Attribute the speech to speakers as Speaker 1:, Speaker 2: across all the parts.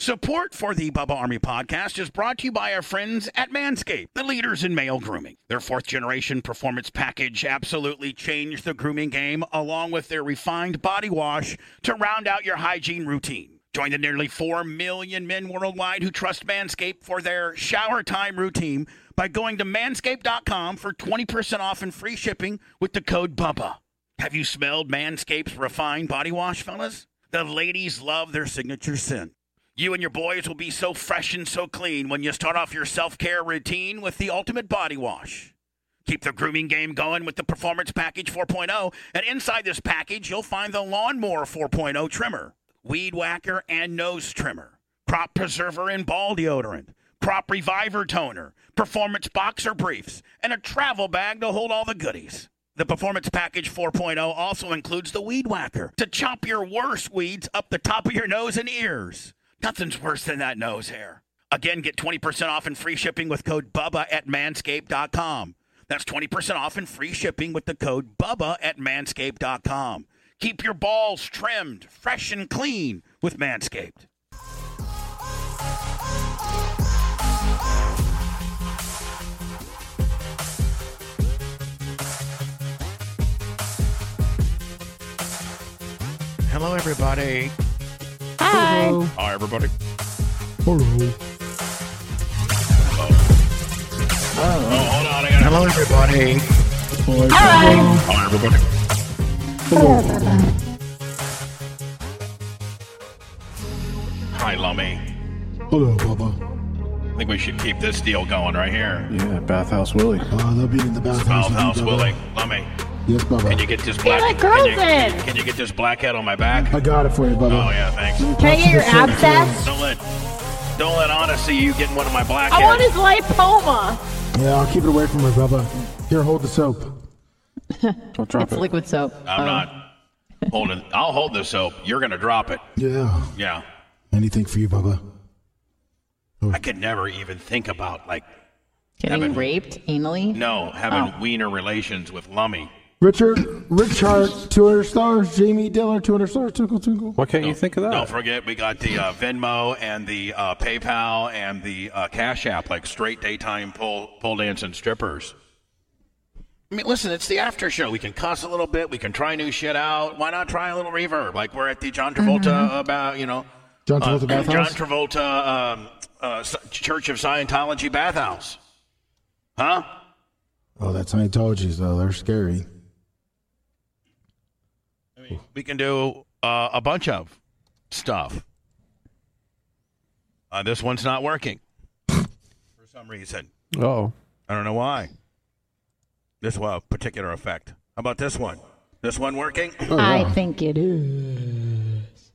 Speaker 1: Support for the Bubba Army podcast is brought to you by our friends at Manscaped, the leaders in male grooming. Their fourth generation performance package absolutely changed the grooming game, along with their refined body wash to round out your hygiene routine. Join the nearly 4 million men worldwide who trust Manscaped for their shower time routine by going to manscaped.com for 20% off and free shipping with the code BUBBA. Have you smelled Manscaped's refined body wash, fellas? The ladies love their signature scent. You and your boys will be so fresh and so clean when you start off your self care routine with the ultimate body wash. Keep the grooming game going with the Performance Package 4.0, and inside this package, you'll find the Lawnmower 4.0 trimmer, Weed Whacker and Nose Trimmer, Crop Preserver and Ball Deodorant, Crop Reviver Toner, Performance Boxer Briefs, and a travel bag to hold all the goodies. The Performance Package 4.0 also includes the Weed Whacker to chop your worst weeds up the top of your nose and ears. Nothing's worse than that nose hair. Again, get 20% off and free shipping with code BUBBA at manscaped.com. That's 20% off and free shipping with the code BUBBA at manscaped.com. Keep your balls trimmed, fresh, and clean with Manscaped. Hello, everybody.
Speaker 2: Hi.
Speaker 1: Hi, everybody. Oh, Hello, everybody.
Speaker 2: Hi.
Speaker 1: Hi, everybody. Hi, Lummy.
Speaker 3: Hello, Bubba.
Speaker 1: I think we should keep this deal going right here.
Speaker 4: Yeah, Bathhouse Willie.
Speaker 3: Uh, they'll be in the
Speaker 1: Mouth
Speaker 3: bathhouse. with you,
Speaker 1: house,
Speaker 3: Bubba.
Speaker 1: Willie. Lummy,
Speaker 3: Yes,
Speaker 1: can
Speaker 3: Bubba.
Speaker 1: you get this black?
Speaker 2: my
Speaker 1: can, you,
Speaker 2: girl's in.
Speaker 1: can you get this black hat on my back?
Speaker 3: I got it for you,
Speaker 1: Oh
Speaker 3: Bubba.
Speaker 1: yeah, thanks.
Speaker 2: Can I get your abscess?
Speaker 1: Don't let, don't let Anna see you getting one of my black
Speaker 2: I
Speaker 1: hats.
Speaker 2: want his lipoma.
Speaker 3: Yeah, I'll keep it away from her, Bubba. Here, hold the soap.
Speaker 4: Don't drop
Speaker 5: It's
Speaker 4: it.
Speaker 5: liquid soap.
Speaker 1: I'm not holding. I'll hold this soap. You're gonna drop it.
Speaker 3: Yeah.
Speaker 1: Yeah.
Speaker 3: Anything for you, Bubba.
Speaker 1: I could never even think about like
Speaker 5: Getting
Speaker 1: Evan.
Speaker 5: raped anally?
Speaker 1: no having
Speaker 3: Oh.
Speaker 1: wiener relations with Lummy.
Speaker 3: Richard, Richard, 200 stars. Jamie Diller, 200 stars. Twinkle, twinkle.
Speaker 4: Why can't you think of that?
Speaker 3: Oh.
Speaker 1: Don't forget, we got the uh, Venmo and the uh, PayPal and the uh, Cash App, like straight daytime pole pole dance and strippers. I mean, listen, it's the after show. We can cuss a little bit. We can try new shit out. Why not try a little reverb? Like we're at the John Travolta about you know
Speaker 3: Mm-hmm. John
Speaker 1: uh,
Speaker 3: Travolta
Speaker 1: John
Speaker 3: bathhouse.
Speaker 1: Travolta um, uh, S- Church of Scientology bathhouse, huh?
Speaker 3: Oh, that Scientology's, though. They're scary.
Speaker 1: we can do uh, a bunch of stuff. Uh, this one's not working for some reason.
Speaker 4: Oh,
Speaker 1: I don't know why. This one, particular effect. How about this one? This one working?
Speaker 3: Oh,
Speaker 5: I
Speaker 3: yeah.
Speaker 5: think it is.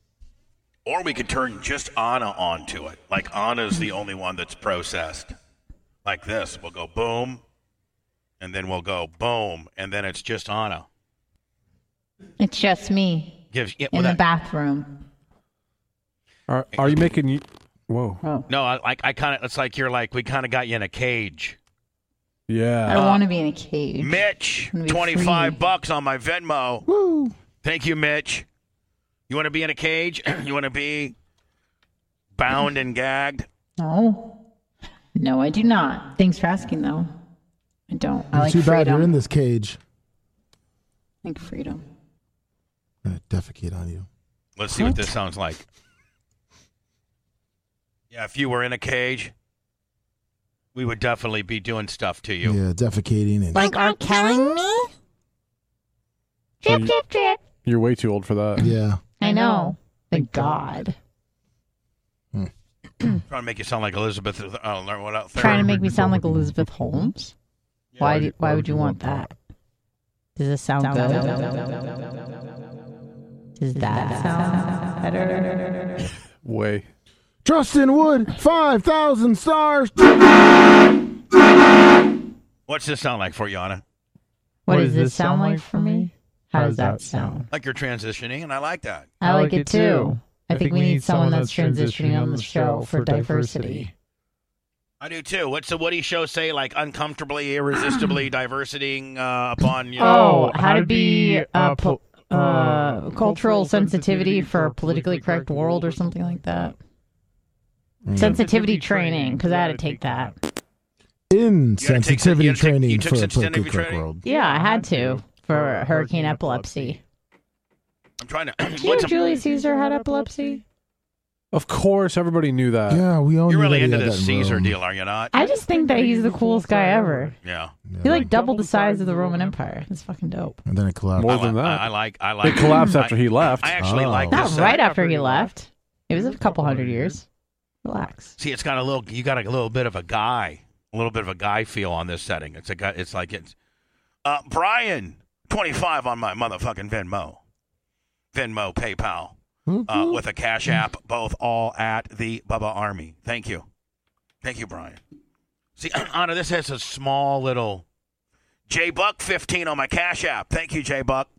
Speaker 1: Or we could turn just Anna onto it. Like Anna's the only one that's processed. Like this. We'll go boom, and then we'll go boom, and then it's just Anna.
Speaker 5: It's just me
Speaker 1: Gives yeah,
Speaker 5: in
Speaker 1: well,
Speaker 5: the
Speaker 1: that-
Speaker 5: bathroom.
Speaker 4: are, are you making? y- Whoa.
Speaker 5: Oh.
Speaker 1: No, I like I kind of. It's like you're like we kind of got you in a cage.
Speaker 5: I
Speaker 4: Yeah.
Speaker 5: don't want to be in a cage.
Speaker 1: Mitch,
Speaker 5: Gonna be
Speaker 1: 25
Speaker 5: free.
Speaker 1: bucks on my Venmo.
Speaker 3: Woo.
Speaker 1: Thank you, Mitch. You want to be in a cage? you want to be bound and gagged?
Speaker 5: No. No, I do not. Thanks for asking, though. I don't. I like
Speaker 3: Too bad
Speaker 5: freedom.
Speaker 3: you're in this cage.
Speaker 5: I like freedom.
Speaker 3: I'm gonna Uh, defecate on you.
Speaker 1: Let's see what this sounds like. Yeah, if you were in a cage, we would definitely be doing stuff to you.
Speaker 3: Yeah, defecating and
Speaker 2: Like R. Kelly me?
Speaker 4: Well,
Speaker 5: Chip,
Speaker 4: you-
Speaker 5: chip, chip.
Speaker 4: You're way too old for that.
Speaker 3: Yeah.
Speaker 5: I know. Thank God.
Speaker 1: Trying to make you sound like Elizabeth. Uh, learn what else?
Speaker 5: Trying to make me sound like Elizabeth Holmes? Why, do, why would you want that? Does this sound, good? Does that, sound better?
Speaker 4: Way.
Speaker 3: Justin Wood, 5,000 stars.
Speaker 1: What's this sound like for you, Anna?
Speaker 5: What does this sound like for me? How does that sound?
Speaker 1: Like you're transitioning, and I like that.
Speaker 5: I like it too. I think we need someone that's transitioning on the show for diversity.
Speaker 1: I do too. What's the Woody Show say? Like uncomfortably, irresistibly, diversing uh, upon you.
Speaker 5: Oh, how to be a po- uh, cultural sensitivity for a politically correct world or something like that. Sensitivity training, because I had to take that.
Speaker 1: take sen- you
Speaker 3: Insensitivity
Speaker 1: gotta take- you
Speaker 3: training
Speaker 1: took
Speaker 3: for a
Speaker 1: sensitivity
Speaker 3: politically correct
Speaker 1: training?
Speaker 3: world.
Speaker 5: Yeah, I had to for hurricane epilepsy.
Speaker 1: I'm trying to.
Speaker 5: Do you
Speaker 1: what's
Speaker 5: know
Speaker 1: a-
Speaker 5: Julius Caesar had epilepsy?
Speaker 4: Of course, everybody knew that.
Speaker 3: Yeah, we all
Speaker 1: Uh, you're
Speaker 3: knew
Speaker 1: really
Speaker 3: that he
Speaker 1: into
Speaker 3: had
Speaker 1: this
Speaker 3: that in
Speaker 1: Caesar
Speaker 3: Rome.
Speaker 1: deal, are you not?
Speaker 5: I just think that he's the coolest guy ever.
Speaker 1: Yeah.
Speaker 5: He like doubled the size of the Roman Empire. That's fucking dope.
Speaker 3: And then it collapsed.
Speaker 4: More
Speaker 1: I,
Speaker 4: than
Speaker 1: li-
Speaker 4: that.
Speaker 1: I, I like. I
Speaker 4: They
Speaker 1: like.
Speaker 4: collapsed after
Speaker 1: I,
Speaker 4: he left.
Speaker 1: I actually
Speaker 3: Oh.
Speaker 1: like
Speaker 5: Not
Speaker 1: this. uh,
Speaker 5: right after he left. It was a couple hundred years. Relax.
Speaker 1: See, it's got a little. You got a little bit of a guy, a little bit of a guy feel on this setting. It's a guy. It's like it's. Uh, Brian, twenty five on my motherfucking Venmo, Venmo, PayPal, uh, with a Cash App, both all at the Bubba Army. Thank you, thank you, Brian. See, Anna, this has a small little. J Buck fifteen on my Cash App. Thank you, J Buck.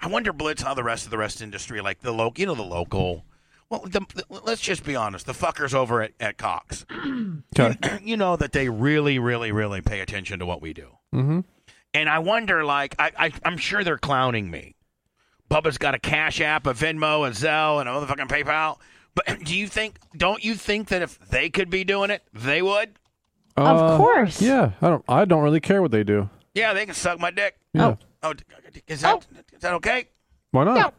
Speaker 1: I wonder, Blitz, how the rest of the rest industry, like the local, you know, the local. Well, the, the- let's just be honest. The fuckers over at, at Cox,
Speaker 4: Okay.
Speaker 1: you know that they really, really, really pay attention to what we do.
Speaker 4: Mm-hmm.
Speaker 1: And I wonder, like, I, I, I'm sure they're clowning me. Bubba's got a Cash App, a Venmo, a Zelle, and a motherfucking PayPal. But do you think? Don't you think that if they could be doing it, they would?
Speaker 5: Of course.
Speaker 4: Uh, Yeah. I don't. I don't really care what they do.
Speaker 1: Yeah, they can suck my dick.
Speaker 4: Yeah.
Speaker 5: Oh.
Speaker 1: Oh, d- is that is that okay?
Speaker 4: Why not?
Speaker 5: No.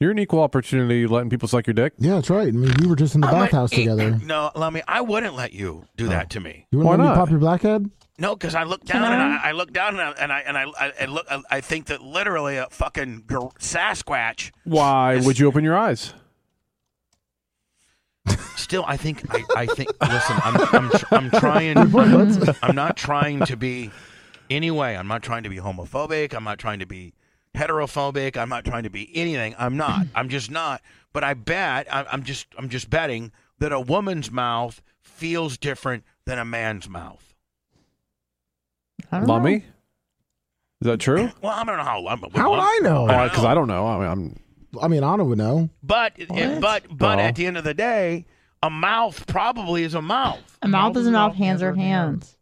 Speaker 4: You're an equal opportunity letting people suck your dick.
Speaker 3: Yeah, that's right. I mean, we were just in the
Speaker 1: I might-
Speaker 4: eh,
Speaker 3: bathhouse together.
Speaker 1: No, let me. I wouldn't let you do
Speaker 4: Oh.
Speaker 1: that to me.
Speaker 3: You
Speaker 4: Why
Speaker 3: want to
Speaker 4: not?
Speaker 3: pop your blackhead?
Speaker 1: No, because I look down and I, I look down and I and I and I, I, I look. I think that literally a fucking gor- Sasquatch.
Speaker 4: Why would you open your eyes?
Speaker 1: Still, I think. I, I think. listen, I'm I'm, tr- I'm trying. I'm, I'm not trying to be. Anyway, I'm not trying to be homophobic. I'm not trying to be heterophobic. I'm not trying to be anything. I'm not. I'm just not. But I bet. I, I'm just. I'm just betting that a woman's mouth feels different than a man's mouth.
Speaker 5: I don't know.
Speaker 4: Lummy? Is that true?
Speaker 1: Well, I don't know how long, but
Speaker 3: How would I know?
Speaker 1: I don't
Speaker 4: Because I don't know. I mean, I'm.
Speaker 3: I mean, Anna would know.
Speaker 1: But eh, but but
Speaker 4: No.
Speaker 1: at the end of the day, a mouth probably is a mouth,
Speaker 5: A mouth is a mouth, hands are hands.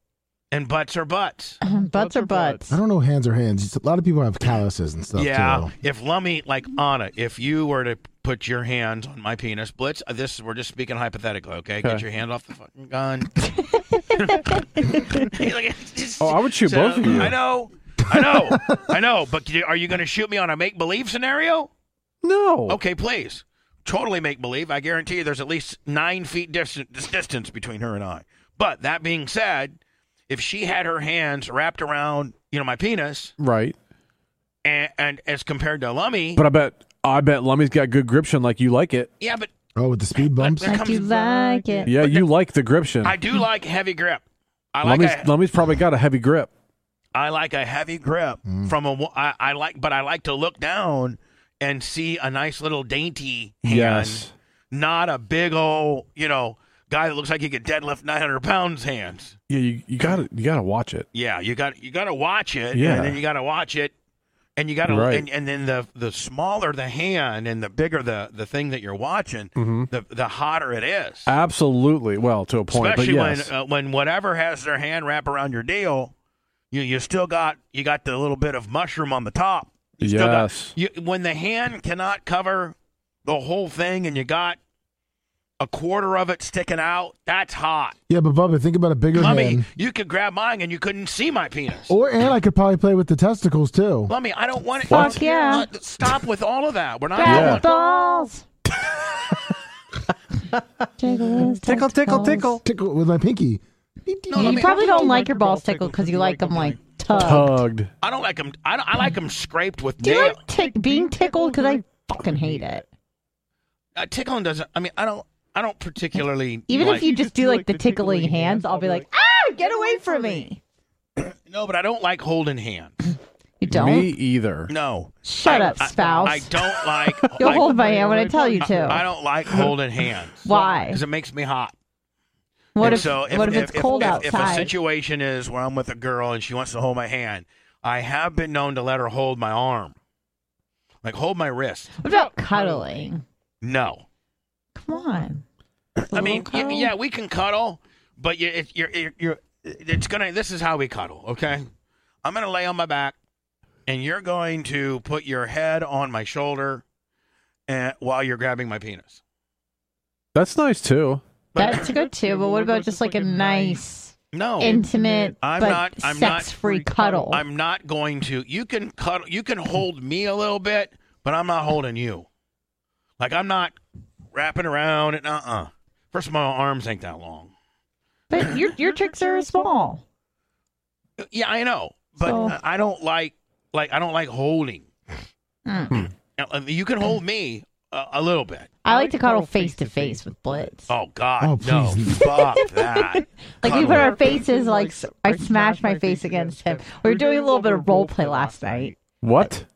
Speaker 1: and butts are butts.
Speaker 5: Butts are butts.
Speaker 3: I don't know hands or hands. A lot of people have calluses and stuff,
Speaker 1: yeah,
Speaker 3: too.
Speaker 1: if Lummy like Anna, if you were to put your hands on my penis, Blitz. uh, This we're just speaking hypothetically, okay? Get
Speaker 4: Okay.
Speaker 1: your hand off the fucking gun.
Speaker 4: Oh, I would shoot
Speaker 1: So,
Speaker 4: both of you.
Speaker 1: I know. I know, I know, but do- are you going to shoot me on a make believe scenario?
Speaker 4: No.
Speaker 1: Okay, please. Totally make believe. I guarantee you there's at least nine feet distance, distance between her and I. But that being said, if she had her hands wrapped around, you know, my penis,
Speaker 4: Right.
Speaker 1: and, and as compared to Lummy,
Speaker 4: But I bet. I bet Lummy's got good gription, like you like it.
Speaker 1: yeah, but
Speaker 3: Oh, with the speed bumps?
Speaker 1: But-
Speaker 5: I do like it.
Speaker 4: Yeah, you like the gription.
Speaker 1: I do like heavy grip. I like
Speaker 4: Lummy's,
Speaker 1: a,
Speaker 4: Lummy's probably got a heavy grip.
Speaker 1: I like a heavy grip
Speaker 4: Mm.
Speaker 1: from a wo- I, I like, but I like to look down and see a nice little dainty hand,
Speaker 4: Yes.
Speaker 1: not a big old, you know, guy that looks like he could deadlift 900 pounds hands.
Speaker 4: Yeah, you, you gotta you gotta watch it.
Speaker 1: Yeah, you got you got to watch it.
Speaker 4: Yeah.
Speaker 1: and then you got to watch it, and you got to
Speaker 4: Right.
Speaker 1: and, and then the the smaller the hand and the bigger the the thing that you're watching, the the hotter it is.
Speaker 4: Absolutely. Well, to a Mm-hmm. point,
Speaker 1: Especially
Speaker 4: but yes.
Speaker 1: when uh, when whatever has their hand wrap around your deal, you you still got you got the little bit of mushroom on the top. You still got-
Speaker 4: yes.
Speaker 1: you, when the hand cannot cover the whole thing, and you got a quarter of it sticking out, that's hot.
Speaker 3: Yeah, but Bubba, think about a bigger
Speaker 1: Mummy,
Speaker 3: hand.
Speaker 1: you could grab mine, and you couldn't see my penis.
Speaker 3: Or, and I could probably play with the testicles, too.
Speaker 1: Lummy, I don't want it.
Speaker 5: Fuck yeah.
Speaker 1: Look, Stop with all of that. We're not.
Speaker 5: Grab
Speaker 4: Yeah.
Speaker 5: the balls. tickle, his
Speaker 4: Tickle, tickle,
Speaker 5: testicles.
Speaker 4: tickle.
Speaker 3: Tickle with my pinky.
Speaker 1: No, let
Speaker 5: you
Speaker 1: me-
Speaker 5: probably don't like your balls tickled because you like them like tug.
Speaker 4: Tugged.
Speaker 1: I don't like them. I, don't, I like them scraped with
Speaker 5: Do you
Speaker 1: nail.
Speaker 5: like tick being tickled? Because I fucking hate it.
Speaker 1: Uh, tickling doesn't. I mean, I don't. I don't particularly.
Speaker 5: Even
Speaker 1: like,
Speaker 5: if you just do like the tickling hands, I'll be like, ah, get away from me.
Speaker 1: No, but I don't like holding hands.
Speaker 5: You don't.
Speaker 4: Me either.
Speaker 1: No.
Speaker 5: Shut
Speaker 1: I-
Speaker 5: up,
Speaker 1: I-
Speaker 5: spouse.
Speaker 1: I, don't like.
Speaker 5: You'll
Speaker 1: I-
Speaker 5: hold my hand when I tell you to.
Speaker 1: I don't like holding hands
Speaker 5: Why?
Speaker 1: because it makes me hot.
Speaker 5: What
Speaker 1: And
Speaker 5: if,
Speaker 1: so
Speaker 5: what if, it's cold
Speaker 1: if, If a
Speaker 5: outside?
Speaker 1: situation is where I'm with a girl and she wants to hold my hand, I have been known to let her hold my arm, like hold my wrist.
Speaker 5: what about cuddling?
Speaker 1: No,
Speaker 5: Come on.
Speaker 1: I mean,
Speaker 5: Little
Speaker 1: y-
Speaker 5: cuddle?
Speaker 1: yeah, we can cuddle, but you, it, you're, you're, you're, it's gonna. This is how we cuddle, okay? I'm gonna lay on my back, and you're going to put your head on my shoulder, and while you're grabbing my penis.
Speaker 4: That's nice too.
Speaker 1: But
Speaker 5: That's good too. But what about just like a nice,
Speaker 1: no,
Speaker 5: intimate,
Speaker 1: I'm
Speaker 5: but
Speaker 1: not- I'm not-
Speaker 5: sex-free cuddle?
Speaker 1: I'm not going to. You can cuddle. You can hold me a little bit, but I'm not holding you. Like I'm not wrapping around and uh uh First of all, my arms ain't that long.
Speaker 5: but your your tricks are small.
Speaker 1: Yeah, I know, but
Speaker 5: So-
Speaker 1: uh, I don't like like I don't like holding.
Speaker 5: Mm.
Speaker 3: Hmm.
Speaker 1: Now, uh, You can hold me a, a little bit.
Speaker 5: I like to cuddle face to face with Blitz.
Speaker 1: Oh God,
Speaker 3: Oh,
Speaker 1: no,
Speaker 3: please.
Speaker 1: fuck that.
Speaker 5: Like we
Speaker 1: Cuddle.
Speaker 5: put our faces like s- I smashed my face against him. We were doing a little bit of role play last night.
Speaker 4: What?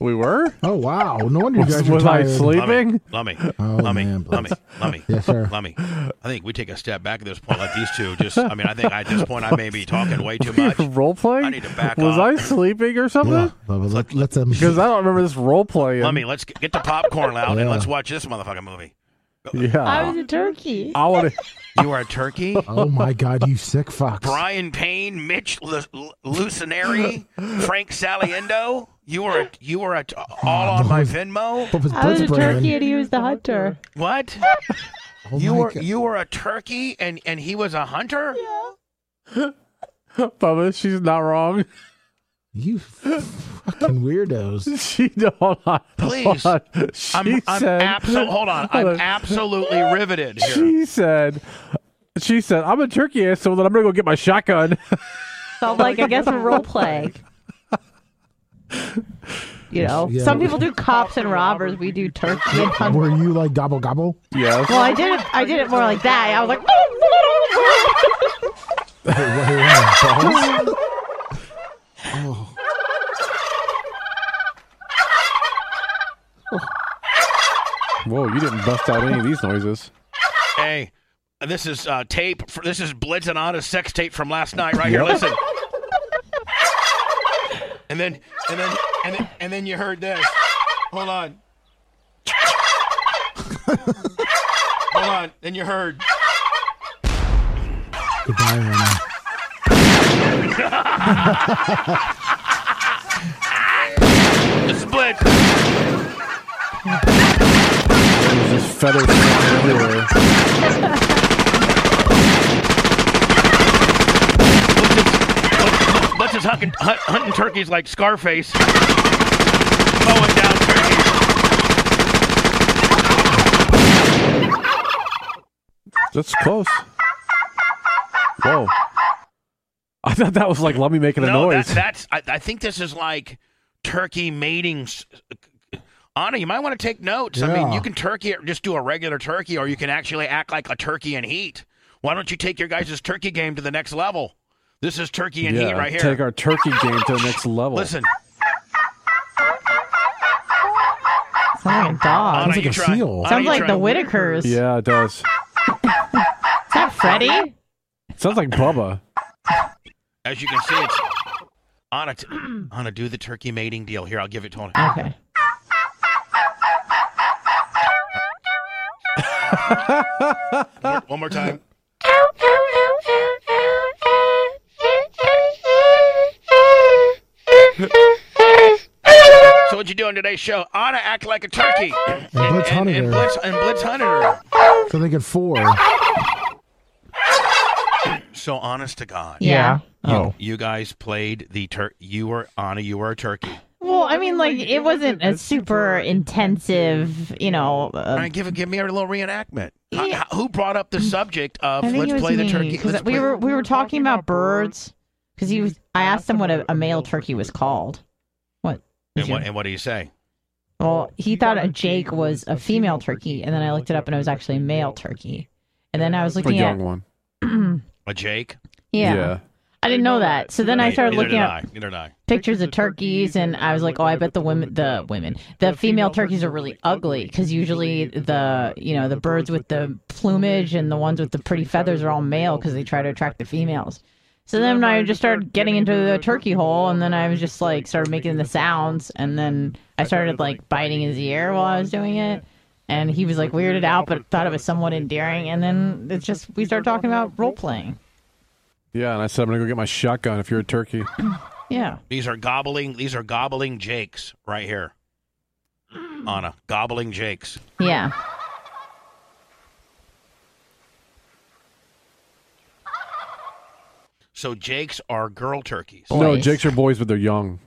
Speaker 4: We were?
Speaker 3: Oh wow! No wonder you
Speaker 4: Was,
Speaker 3: guys are
Speaker 4: was I
Speaker 3: tired.
Speaker 4: sleeping?
Speaker 1: Lummy,
Speaker 3: Oh,
Speaker 1: Lummy,
Speaker 3: man,
Speaker 1: Lummy, Lummy,
Speaker 3: Yes, sir.
Speaker 1: Lummy. I think we take a step back at this point. Like these two, just I mean, I think at this point I may be talking way too much.
Speaker 4: role playing?
Speaker 1: I need to back
Speaker 4: was
Speaker 1: off.
Speaker 4: I sleeping or
Speaker 3: Yeah,
Speaker 4: something?
Speaker 3: but let, let's um,
Speaker 4: Because I don't remember this role playing.
Speaker 1: Lummy, let's g- get the popcorn out and
Speaker 3: Yeah.
Speaker 1: let's watch this motherfucking movie.
Speaker 5: I
Speaker 4: yeah.
Speaker 5: was a turkey.
Speaker 4: I want to.
Speaker 1: You are a turkey.
Speaker 3: Oh my God, you sick fucks!
Speaker 1: Brian Payne, Mitch Lu- Lu- Lucinary, Frank Saliendo. You are a, you are a t- all on my Venmo.
Speaker 3: What was
Speaker 5: I was a
Speaker 3: Blitz
Speaker 5: turkey
Speaker 3: Brand?
Speaker 5: and he was the hunter.
Speaker 1: What?
Speaker 3: Oh
Speaker 1: You
Speaker 3: my
Speaker 1: were
Speaker 3: God.
Speaker 1: you were a turkey and and he was a hunter.
Speaker 4: Bubba, she's not wrong.
Speaker 3: You fucking weirdos.
Speaker 4: She hold on.
Speaker 1: Please.
Speaker 4: Hold on. She
Speaker 1: I'm, I'm
Speaker 4: said.
Speaker 1: abso- hold on. I'm
Speaker 4: Hold on.
Speaker 1: absolutely riveted here.
Speaker 4: she said. She said, "I'm a turkey ass, so then I'm gonna go get my shotgun."
Speaker 5: So I'm like, I guess we're role playing. You know,
Speaker 3: Yeah.
Speaker 5: some people do cops and robbers. We do turkey and hunters.
Speaker 3: Were you like gobble gobble?
Speaker 4: yes.
Speaker 5: Well, I did it. I did it more like that. I was like, "Oh,
Speaker 4: Whoa, you didn't bust out any of these noises.
Speaker 1: Hey, this is uh, tape. For, this is Blitz and Anna's sex tape from last night right here. Listen. And then and then and then, and then you heard this. Hold on. Hold on. Then you heard.
Speaker 3: Goodbye, Anna.
Speaker 1: This is Blitz.
Speaker 4: There's just feathers flying everywhere.
Speaker 1: Blitz is, Blitz, Blitz is hunting, hunt, hunting turkeys like Scarface. Mowing down turkeys.
Speaker 4: That's close. Whoa. I thought that was like Lummy making a
Speaker 1: No, that,
Speaker 4: noise.
Speaker 1: that's. I, I think this is like turkey mating. s- Anna, you might want to take notes. I mean,
Speaker 3: Yeah.
Speaker 1: you can turkey just do a regular turkey, or you can actually act like a turkey and heat. Why don't you take your guys' turkey game to the next level? This is turkey and
Speaker 4: yeah,
Speaker 1: heat right here.
Speaker 4: take our turkey game to the next level.
Speaker 1: Listen,
Speaker 5: sounds like a dog.
Speaker 1: Anna,
Speaker 3: like
Speaker 1: you
Speaker 3: a
Speaker 1: try.
Speaker 3: seal.
Speaker 1: Anna,
Speaker 5: Sounds
Speaker 1: you
Speaker 5: like
Speaker 1: try.
Speaker 5: the Whitakers.
Speaker 4: Yeah, it does.
Speaker 5: Is that Freddy?
Speaker 4: Sounds like Bubba.
Speaker 1: As you can see, it's Anna. T- Anna, do the turkey mating deal here. I'll give it to Anna.
Speaker 5: Okay.
Speaker 1: One more- one more time. So what'd you do on today's show? Anna act like a turkey. And,
Speaker 3: Blitz
Speaker 1: and,
Speaker 3: hunted
Speaker 1: and
Speaker 3: her.
Speaker 1: Blitz and Blitz hunted her.
Speaker 3: So they get four.
Speaker 1: So honest to God,
Speaker 5: Yeah.
Speaker 4: Oh.
Speaker 1: you guys played the tur. You were Anna. You were a turkey.
Speaker 5: Well, I mean, like it wasn't a super intensive, you know.
Speaker 1: All
Speaker 5: Uh,
Speaker 1: right, give give me a little reenactment. H-
Speaker 5: Yeah.
Speaker 1: h- who brought up the subject of
Speaker 5: I think
Speaker 1: let's
Speaker 5: it was
Speaker 1: play
Speaker 5: me,
Speaker 1: the turkey?
Speaker 5: 'cause
Speaker 1: let's
Speaker 5: we
Speaker 1: play-
Speaker 5: were we were talking about birds, Because he was, I asked him what a, a male turkey was called. What?
Speaker 1: And what, and what do you say?
Speaker 5: Well, he thought a Jake was a female turkey, and then I looked it up, and it was actually a male turkey. And then I was
Speaker 4: a
Speaker 5: looking
Speaker 4: young
Speaker 5: at,
Speaker 4: one.
Speaker 1: A Jake?
Speaker 5: yeah, I didn't know that. So then I
Speaker 1: Neither-
Speaker 5: started
Speaker 1: neither
Speaker 5: looking
Speaker 1: did
Speaker 5: at
Speaker 1: I. Neither did I.
Speaker 5: pictures of turkeys, and I was like, oh, I bet the women, the women, the female turkeys are really ugly because usually the, you know, the birds with the plumage and the ones with the pretty feathers are all male because they try to attract the females. So then I just started getting into the turkey hole, and then I was just like started making the sounds, and then I started like biting his ear while I was doing it. And he was like weirded out, but thought it was somewhat endearing. And then it's just, we started talking about role playing.
Speaker 4: Yeah, and I said I'm gonna go get my shotgun. If you're a turkey,
Speaker 5: Yeah.
Speaker 1: These are gobbling. These are gobbling Jakes right here. Anna, gobbling Jakes.
Speaker 5: Yeah.
Speaker 1: So Jakes are girl turkeys.
Speaker 4: no,
Speaker 5: Boys.
Speaker 4: Jakes are boys, but they're young,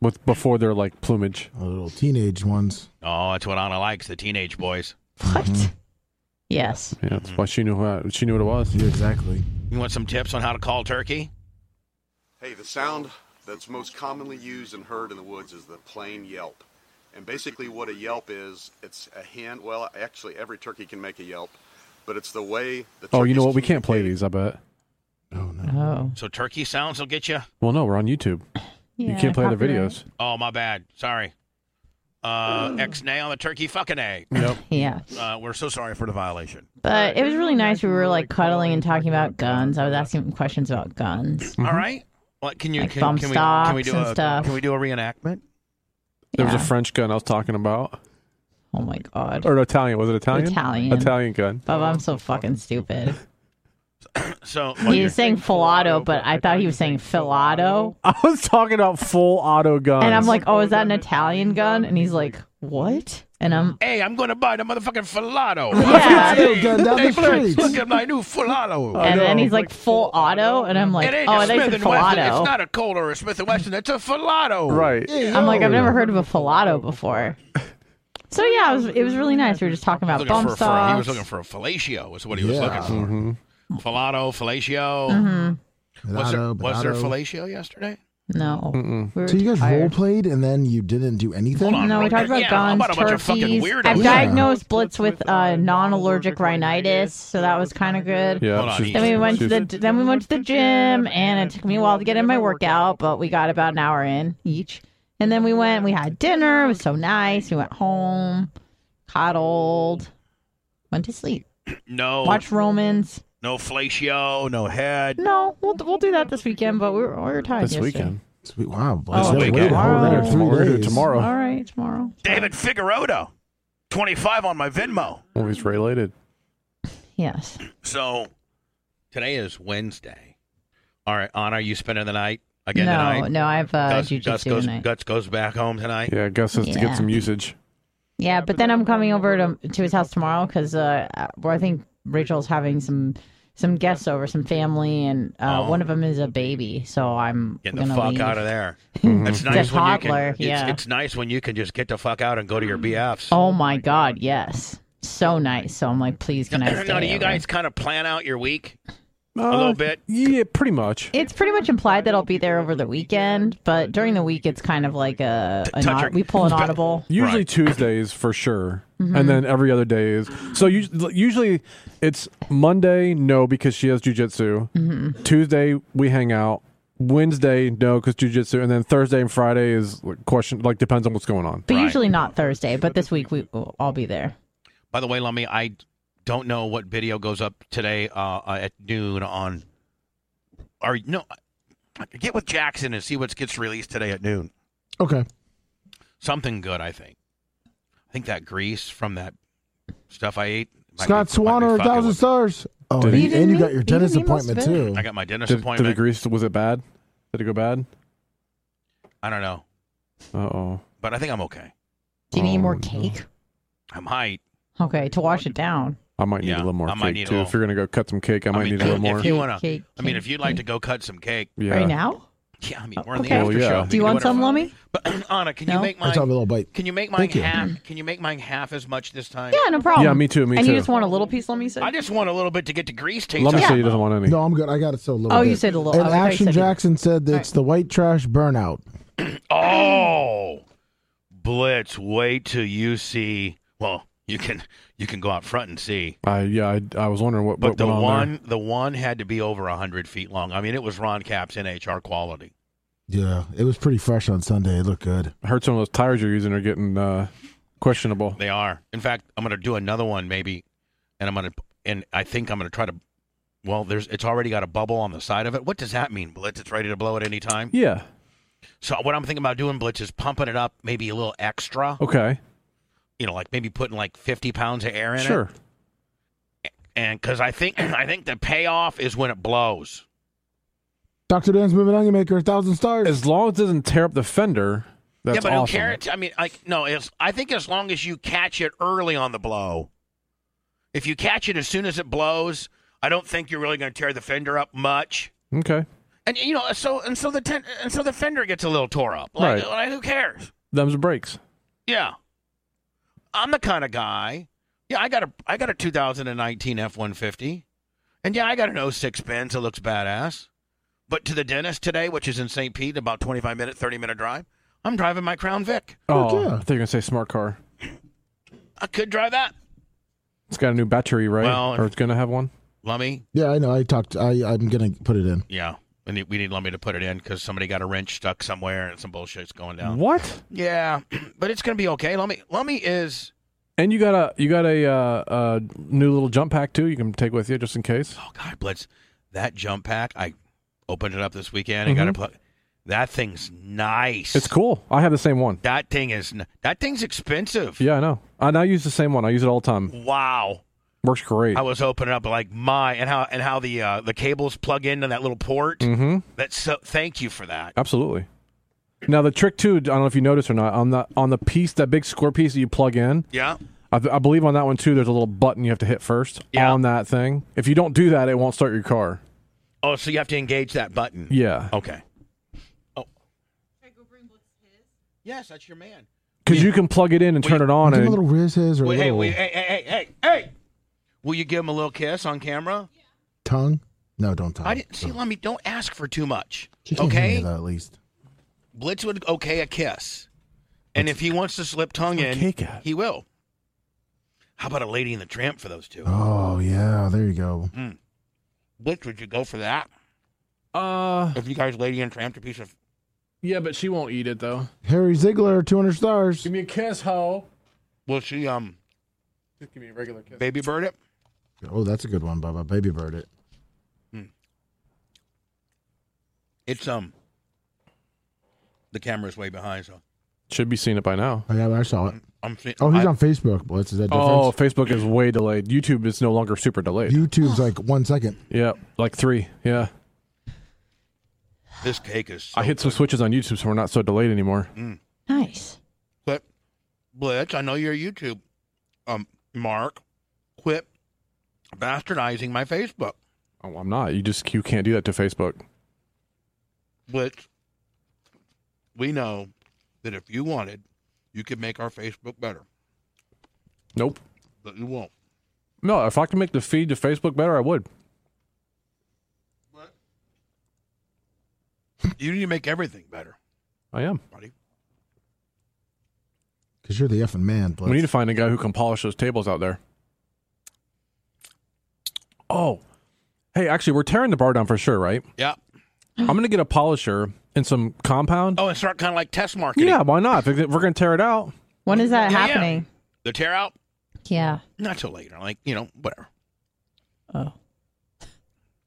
Speaker 4: with before they're like plumage.
Speaker 3: little teenage ones.
Speaker 1: Oh, that's what Anna likes. The teenage boys.
Speaker 5: What? Yes.
Speaker 4: Yeah,
Speaker 1: Mm-hmm.
Speaker 4: that's why she knew how, she knew what it was.
Speaker 3: Yeah, exactly.
Speaker 1: You want some tips on how to call turkey?
Speaker 6: Hey, the sound that's most commonly used and heard in the woods is the plain yelp. And basically, what a yelp is, it's a hen. Well, actually, every turkey can make a yelp, but it's the way the
Speaker 4: Oh, you know
Speaker 6: turkeys
Speaker 4: what? We can't play
Speaker 6: communicate.
Speaker 4: these. I bet.
Speaker 3: Oh no.
Speaker 5: Oh.
Speaker 1: So turkey sounds will get you.
Speaker 4: Well, no, we're on YouTube. you can't play other videos.
Speaker 1: Oh, my bad. Sorry. Uh, X nay on the turkey fucking A.
Speaker 4: Yep.
Speaker 5: Yeah.
Speaker 1: Uh, we're so sorry for the violation.
Speaker 5: But it was really nice. We were like cuddling and talking about guns. I was asking him questions about guns.
Speaker 1: All right. What can you
Speaker 5: Like
Speaker 1: can,
Speaker 5: thumb
Speaker 1: can we can we
Speaker 5: stocks
Speaker 1: do
Speaker 5: and
Speaker 1: a
Speaker 5: stuff.
Speaker 1: can we do a reenactment?
Speaker 4: There was a
Speaker 5: Yeah.
Speaker 4: French gun I was talking about,
Speaker 5: Oh my god.
Speaker 4: or an Italian. Was it Italian?
Speaker 5: Italian.
Speaker 4: Italian gun.
Speaker 5: Bubba, I'm so fucking stupid.
Speaker 1: So
Speaker 5: He was saying filato, but I thought he was saying filato.
Speaker 4: I was talking about full auto guns.
Speaker 5: And I'm like, oh, is that an Italian gun? And he's like, what? And I'm,
Speaker 1: Hey, I'm gonna buy the motherfucking filato.
Speaker 5: Yeah.
Speaker 1: Hey,
Speaker 3: Gun down the
Speaker 1: hey, Fritz,
Speaker 3: streets. Oh,
Speaker 1: look at my new filato.
Speaker 5: and then he's like, full auto? And I'm like,
Speaker 1: it ain't
Speaker 5: oh,
Speaker 1: a
Speaker 5: they
Speaker 1: Smith
Speaker 5: said
Speaker 1: and Wesson. It's
Speaker 5: filato.
Speaker 1: not a Colt or a Smith and Wesson. It's a filato.
Speaker 4: right.
Speaker 5: I'm like, I've never heard of a filato before. So yeah, it was, it was really nice. We were just talking about
Speaker 1: Looking
Speaker 5: bump
Speaker 1: for, a- for,
Speaker 5: stocks.
Speaker 1: he was looking for a fellatio. Is what he was
Speaker 3: Yeah. mm-hmm.
Speaker 1: looking for.
Speaker 4: hmm
Speaker 1: Filato, fellatio.
Speaker 5: Mm-hmm.
Speaker 1: Was there,
Speaker 3: Bellotto,
Speaker 1: was there
Speaker 3: Bellotto.
Speaker 1: fellatio yesterday?
Speaker 5: no. We were
Speaker 3: So you guys
Speaker 5: tired.
Speaker 3: role played and then you didn't do anything?
Speaker 1: Hold on.
Speaker 5: No, we talked about
Speaker 1: Yeah, how
Speaker 5: guns,
Speaker 1: about a bunch of fucking
Speaker 5: turkeys.
Speaker 1: weirdos?
Speaker 5: I've
Speaker 1: Yeah.
Speaker 5: diagnosed Blitz with uh, non-allergic rhinitis, so that was kind of good.
Speaker 4: Yeah.
Speaker 1: Hold on,
Speaker 4: she's-
Speaker 1: he-
Speaker 5: Then we went to
Speaker 4: she's-
Speaker 5: the then we went to the gym, and it took me a while to get in my workout, but we got about an hour in each. And then we went, we had dinner. It was so nice. We went home, coddled, went to sleep,
Speaker 1: No,
Speaker 5: watched Romans.
Speaker 1: no fellatio, no head.
Speaker 5: No, we'll we'll do that this weekend, but we were, we were tired
Speaker 4: this
Speaker 5: yesterday.
Speaker 4: weekend.
Speaker 3: Sweet. Wow.
Speaker 5: Oh,
Speaker 3: Bless
Speaker 1: wait,
Speaker 3: wait, wait,
Speaker 5: tomorrow.
Speaker 3: whole day,
Speaker 4: Tomorrow.
Speaker 3: three days.
Speaker 4: Tomorrow.
Speaker 5: All right, tomorrow.
Speaker 1: David Figueroa, twenty-five on my Venmo.
Speaker 4: Well, he's related.
Speaker 5: Yes.
Speaker 1: So today is Wednesday. All right, Anna, are you spending the night again
Speaker 5: no,
Speaker 1: tonight?
Speaker 5: no, I have uh,
Speaker 1: Gus,
Speaker 5: jujitsu
Speaker 1: Gus goes,
Speaker 5: tonight.
Speaker 1: Guts goes back home tonight.
Speaker 4: Yeah, Gus has to
Speaker 5: Yeah.
Speaker 4: get some usage.
Speaker 5: Yeah, but then I'm coming over to to his house tomorrow because uh, well, I think Rachel's having some some guests over, some family, and uh,
Speaker 1: Oh.
Speaker 5: one of them is a baby. So I'm
Speaker 1: Get the
Speaker 5: gonna
Speaker 1: fuck
Speaker 5: leave.
Speaker 1: out of there.
Speaker 4: Mhm.
Speaker 1: It's nice
Speaker 5: a
Speaker 1: when
Speaker 5: toddler,
Speaker 1: you can.
Speaker 5: yeah.
Speaker 1: It's, it's nice when you can just get the fuck out and go to your BFs.
Speaker 5: Oh my god, yes, so nice. Uh, So I'm like, please, can I stay?
Speaker 1: now, do you
Speaker 5: over?
Speaker 1: guys kind of plan out your week? A little bit.
Speaker 4: Uh, Yeah, pretty much.
Speaker 5: It's pretty much implied that I'll be there over the weekend, but during the week it's kind of like a an
Speaker 1: Touch
Speaker 5: au-
Speaker 1: your-
Speaker 5: we pull an audible.
Speaker 4: Usually
Speaker 1: Right.
Speaker 4: Tuesdays for sure,
Speaker 5: Mm-hmm.
Speaker 4: and then every other day is so. us- Usually it's Monday, no, because she has jujitsu.
Speaker 5: Mm-hmm.
Speaker 4: Tuesday we hang out. Wednesday, no, because jujitsu, and then Thursday and Friday is like, question. Like depends on what's going on.
Speaker 5: But
Speaker 1: Right.
Speaker 5: usually not Thursday. But this week we I'll be there.
Speaker 1: By the way, Lummy, I don't know what video goes up today uh, at noon on. Or no, get with Jackson and see what gets released today at noon.
Speaker 3: Okay.
Speaker 1: Something good, I think. I think that grease from that stuff I ate. might
Speaker 3: Scott
Speaker 1: be- might be
Speaker 3: Swanner, a
Speaker 1: fucking
Speaker 3: thousand
Speaker 1: with-
Speaker 3: stars. Oh, and
Speaker 4: Did he-
Speaker 3: you,
Speaker 5: Even
Speaker 3: and you
Speaker 5: me-
Speaker 3: got your
Speaker 5: even
Speaker 3: dentist
Speaker 5: me most
Speaker 3: appointment
Speaker 5: of it.
Speaker 3: too.
Speaker 1: I got my dentist
Speaker 4: Did, did
Speaker 1: appointment.
Speaker 4: it grease? Was it bad? Did it go bad?
Speaker 1: I don't know,
Speaker 4: Uh oh.
Speaker 1: but I think I'm okay.
Speaker 5: Do you need
Speaker 4: Oh,
Speaker 5: more
Speaker 4: no.
Speaker 5: cake?
Speaker 1: I might.
Speaker 5: Okay, to wash it down.
Speaker 4: I might need
Speaker 1: Yeah,
Speaker 4: a little more
Speaker 1: I
Speaker 4: cake
Speaker 1: might need a
Speaker 4: too.
Speaker 1: little-
Speaker 4: If you're gonna go cut some cake, I,
Speaker 1: I
Speaker 4: might
Speaker 1: mean,
Speaker 4: need a little
Speaker 1: if
Speaker 4: more.
Speaker 1: you wanna,
Speaker 5: Cake,
Speaker 1: I mean,
Speaker 5: cake,
Speaker 1: if you'd like
Speaker 5: cake.
Speaker 1: to go cut some cake,
Speaker 4: yeah.
Speaker 5: Right now?
Speaker 7: Yeah, I mean we're in the
Speaker 5: Okay.
Speaker 7: after show.
Speaker 4: Well, yeah.
Speaker 7: We
Speaker 5: Do
Speaker 7: can
Speaker 5: you want
Speaker 7: whatever.
Speaker 5: some, Lummy?
Speaker 7: But Anna, can you
Speaker 5: No?
Speaker 7: make
Speaker 3: I
Speaker 7: mine?
Speaker 3: saw a little bite.
Speaker 7: Can you make mine
Speaker 3: Thank you.
Speaker 7: half? Can you make mine half as much this time?
Speaker 5: Yeah, no problem.
Speaker 4: Yeah, me too, me
Speaker 5: and
Speaker 4: too.
Speaker 5: you just want a little piece, Lummy said?
Speaker 1: I just want a little bit to get the grease taste.
Speaker 4: Let me
Speaker 1: out of
Speaker 4: say he
Speaker 1: it.
Speaker 4: doesn't want any.
Speaker 3: No, I'm good. I got it so a little.
Speaker 5: Oh,
Speaker 3: bit.
Speaker 5: you said a little.
Speaker 3: And
Speaker 5: I thought you
Speaker 3: Action
Speaker 5: said-
Speaker 3: Jackson said that it's the white trash burnout.
Speaker 1: Oh, Blitz! Wait till you see. Well, you can you can go out front and see.
Speaker 4: I yeah, I, I was wondering what.
Speaker 1: But
Speaker 4: what
Speaker 1: the
Speaker 4: went on there.
Speaker 1: one the one had to be over hundred feet long. I mean, it was Ron Cap's NHR quality.
Speaker 3: Yeah, it was pretty fresh on Sunday. It looked good.
Speaker 4: I heard some of those tires you're using are getting uh, questionable.
Speaker 1: They are. In fact, I'm going to do another one maybe, and I'm going to and I think I'm going to try to. Well, there's it's already got a bubble on the side of it. What does that mean, Blitz? It's ready to blow at any time.
Speaker 4: Yeah.
Speaker 1: So what I'm thinking about doing, Blitz, is pumping it up maybe a little extra.
Speaker 4: Okay.
Speaker 1: You know, like maybe putting like 50 pounds of air in it.
Speaker 4: Sure.
Speaker 1: And because I think I think the payoff is when it blows.
Speaker 3: Dr. Dan's moving onion maker, a thousand stars.
Speaker 4: As long as it doesn't tear up the fender, that's
Speaker 1: yeah, but
Speaker 4: awesome.
Speaker 1: who cares? I mean, like no, it's, I think as long as you catch it early on the blow. If you catch it as soon as it blows, I don't think you're really going to tear the fender up much.
Speaker 4: Okay.
Speaker 1: And you know, so and so the ten, and so the fender gets a little tore up. Like,
Speaker 4: Right.
Speaker 1: like who cares?
Speaker 4: Them's brakes.
Speaker 1: Yeah. I'm the kind of guy. Yeah, I got a I got a 2019 F150. And yeah, I got an 06 Benz that looks badass. But to the dentist today, which is in St. Pete, about 25 minute 30 minute drive, I'm driving my Crown Vic.
Speaker 4: Oh,
Speaker 3: yeah.
Speaker 4: I thought you were gonna say smart car.
Speaker 1: I could drive that.
Speaker 4: It's got a new battery, right?
Speaker 1: Well,
Speaker 4: or it's gonna have one.
Speaker 1: Lummy?
Speaker 3: yeah, I know. I talked. I I'm gonna put it in.
Speaker 1: Yeah. We need, we need Lummy to put it in because somebody got a wrench stuck somewhere and some bullshit's going down.
Speaker 4: What?
Speaker 1: Yeah, but it's going to be okay. Lummy Lummy is
Speaker 4: And you got a you got a uh, uh, new little jump pack too. You can take with you just in case.
Speaker 1: Oh God, Blitz! That jump pack, I opened it up this weekend and got it plugged. That thing's nice.
Speaker 4: Mm-hmm. It's cool. I have the same one.
Speaker 1: That thing is n- that thing's expensive.
Speaker 4: Yeah, I know. And I use the same one. I use it all the time.
Speaker 1: Wow.
Speaker 4: Works great.
Speaker 1: I was opening up like my and how and how the uh, the cables plug into that little port.
Speaker 4: mm-hmm. Uh,
Speaker 1: That's so. Thank you for that.
Speaker 4: Absolutely. Now the trick too. I don't know if you noticed or not. On the on the piece, that big square piece that you plug in,
Speaker 1: Yeah.
Speaker 4: I, I believe on that one too. There's a little button you have to hit first
Speaker 1: Yeah.
Speaker 4: on that thing. If you don't do that, it won't start your car.
Speaker 1: Oh, so you have to engage that button.
Speaker 4: Yeah,
Speaker 1: Okay. Oh. Yes, that's your man.
Speaker 4: because you can plug it in and
Speaker 1: Wait,
Speaker 4: turn it on.
Speaker 3: Give him
Speaker 4: And
Speaker 3: a little Riz his or
Speaker 1: Wait,
Speaker 3: a
Speaker 1: hey,
Speaker 3: little
Speaker 1: wait, hey, hey, hey, hey, hey! Will you give him a little kiss on camera?
Speaker 3: tongue. No, don't tongue.
Speaker 1: I didn't see. Let me. Don't ask for too much.
Speaker 3: She can't hear me,
Speaker 1: Okay.
Speaker 3: though, at least.
Speaker 1: Blitz would okay a kiss, and if he wants to slip tongue in,
Speaker 4: cake at?
Speaker 1: he will. How about a lady and the tramp for those two?
Speaker 3: Oh yeah, there you go.
Speaker 1: Blitz, would you go for that?
Speaker 4: uh,
Speaker 1: If you guys lady and tramped a piece of
Speaker 4: yeah, but she won't eat it though.
Speaker 3: Harry Ziegler, 200 stars.
Speaker 4: me a kiss, ho.
Speaker 1: will she um
Speaker 4: Just give me a regular kiss.
Speaker 1: baby bird it?
Speaker 3: Oh, that's a good one, Bubba. Baby bird it.
Speaker 1: It's um the camera's way behind, so
Speaker 4: Should be seeing it by now.
Speaker 3: Oh, yeah, I saw it.
Speaker 1: I'm seeing
Speaker 3: Oh, he's
Speaker 1: I-
Speaker 3: on Facebook. Blitz. Is that
Speaker 4: Oh,
Speaker 3: difference?
Speaker 4: Facebook is way delayed. YouTube is no longer super delayed.
Speaker 3: YouTube's like one second.
Speaker 4: yeah, like three. Yeah,
Speaker 1: this cake is. So Mm.
Speaker 4: I hit some switches on YouTube, so we're not so delayed anymore.
Speaker 5: Nice.
Speaker 1: quit. Blitz, I know you're a YouTube um Mark. Quit bastardizing my Facebook.
Speaker 4: Oh, I'm not. You just you can't do that to Facebook.
Speaker 1: Blitz, we know that if you wanted, you could make our Facebook better,
Speaker 4: Nope.
Speaker 1: but you won't.
Speaker 4: No, if I could make the feed to Facebook better, I would.
Speaker 1: You need to make everything better,
Speaker 4: I am.
Speaker 1: buddy.
Speaker 3: Because you're the effing man, Blitz.
Speaker 4: we need to find a guy who can polish those tables out there. Oh, hey, actually, we're tearing the bar down for sure, right?
Speaker 1: Yeah.
Speaker 4: I'm gonna get a polisher and some compound.
Speaker 1: Oh, and start kind of like test marketing.
Speaker 4: yeah, why not? If we're gonna tear it out.
Speaker 5: When is that
Speaker 1: Yeah.
Speaker 5: happening?
Speaker 1: The tear out,
Speaker 5: Yeah.
Speaker 1: not till later. Like you know, whatever.
Speaker 5: Oh.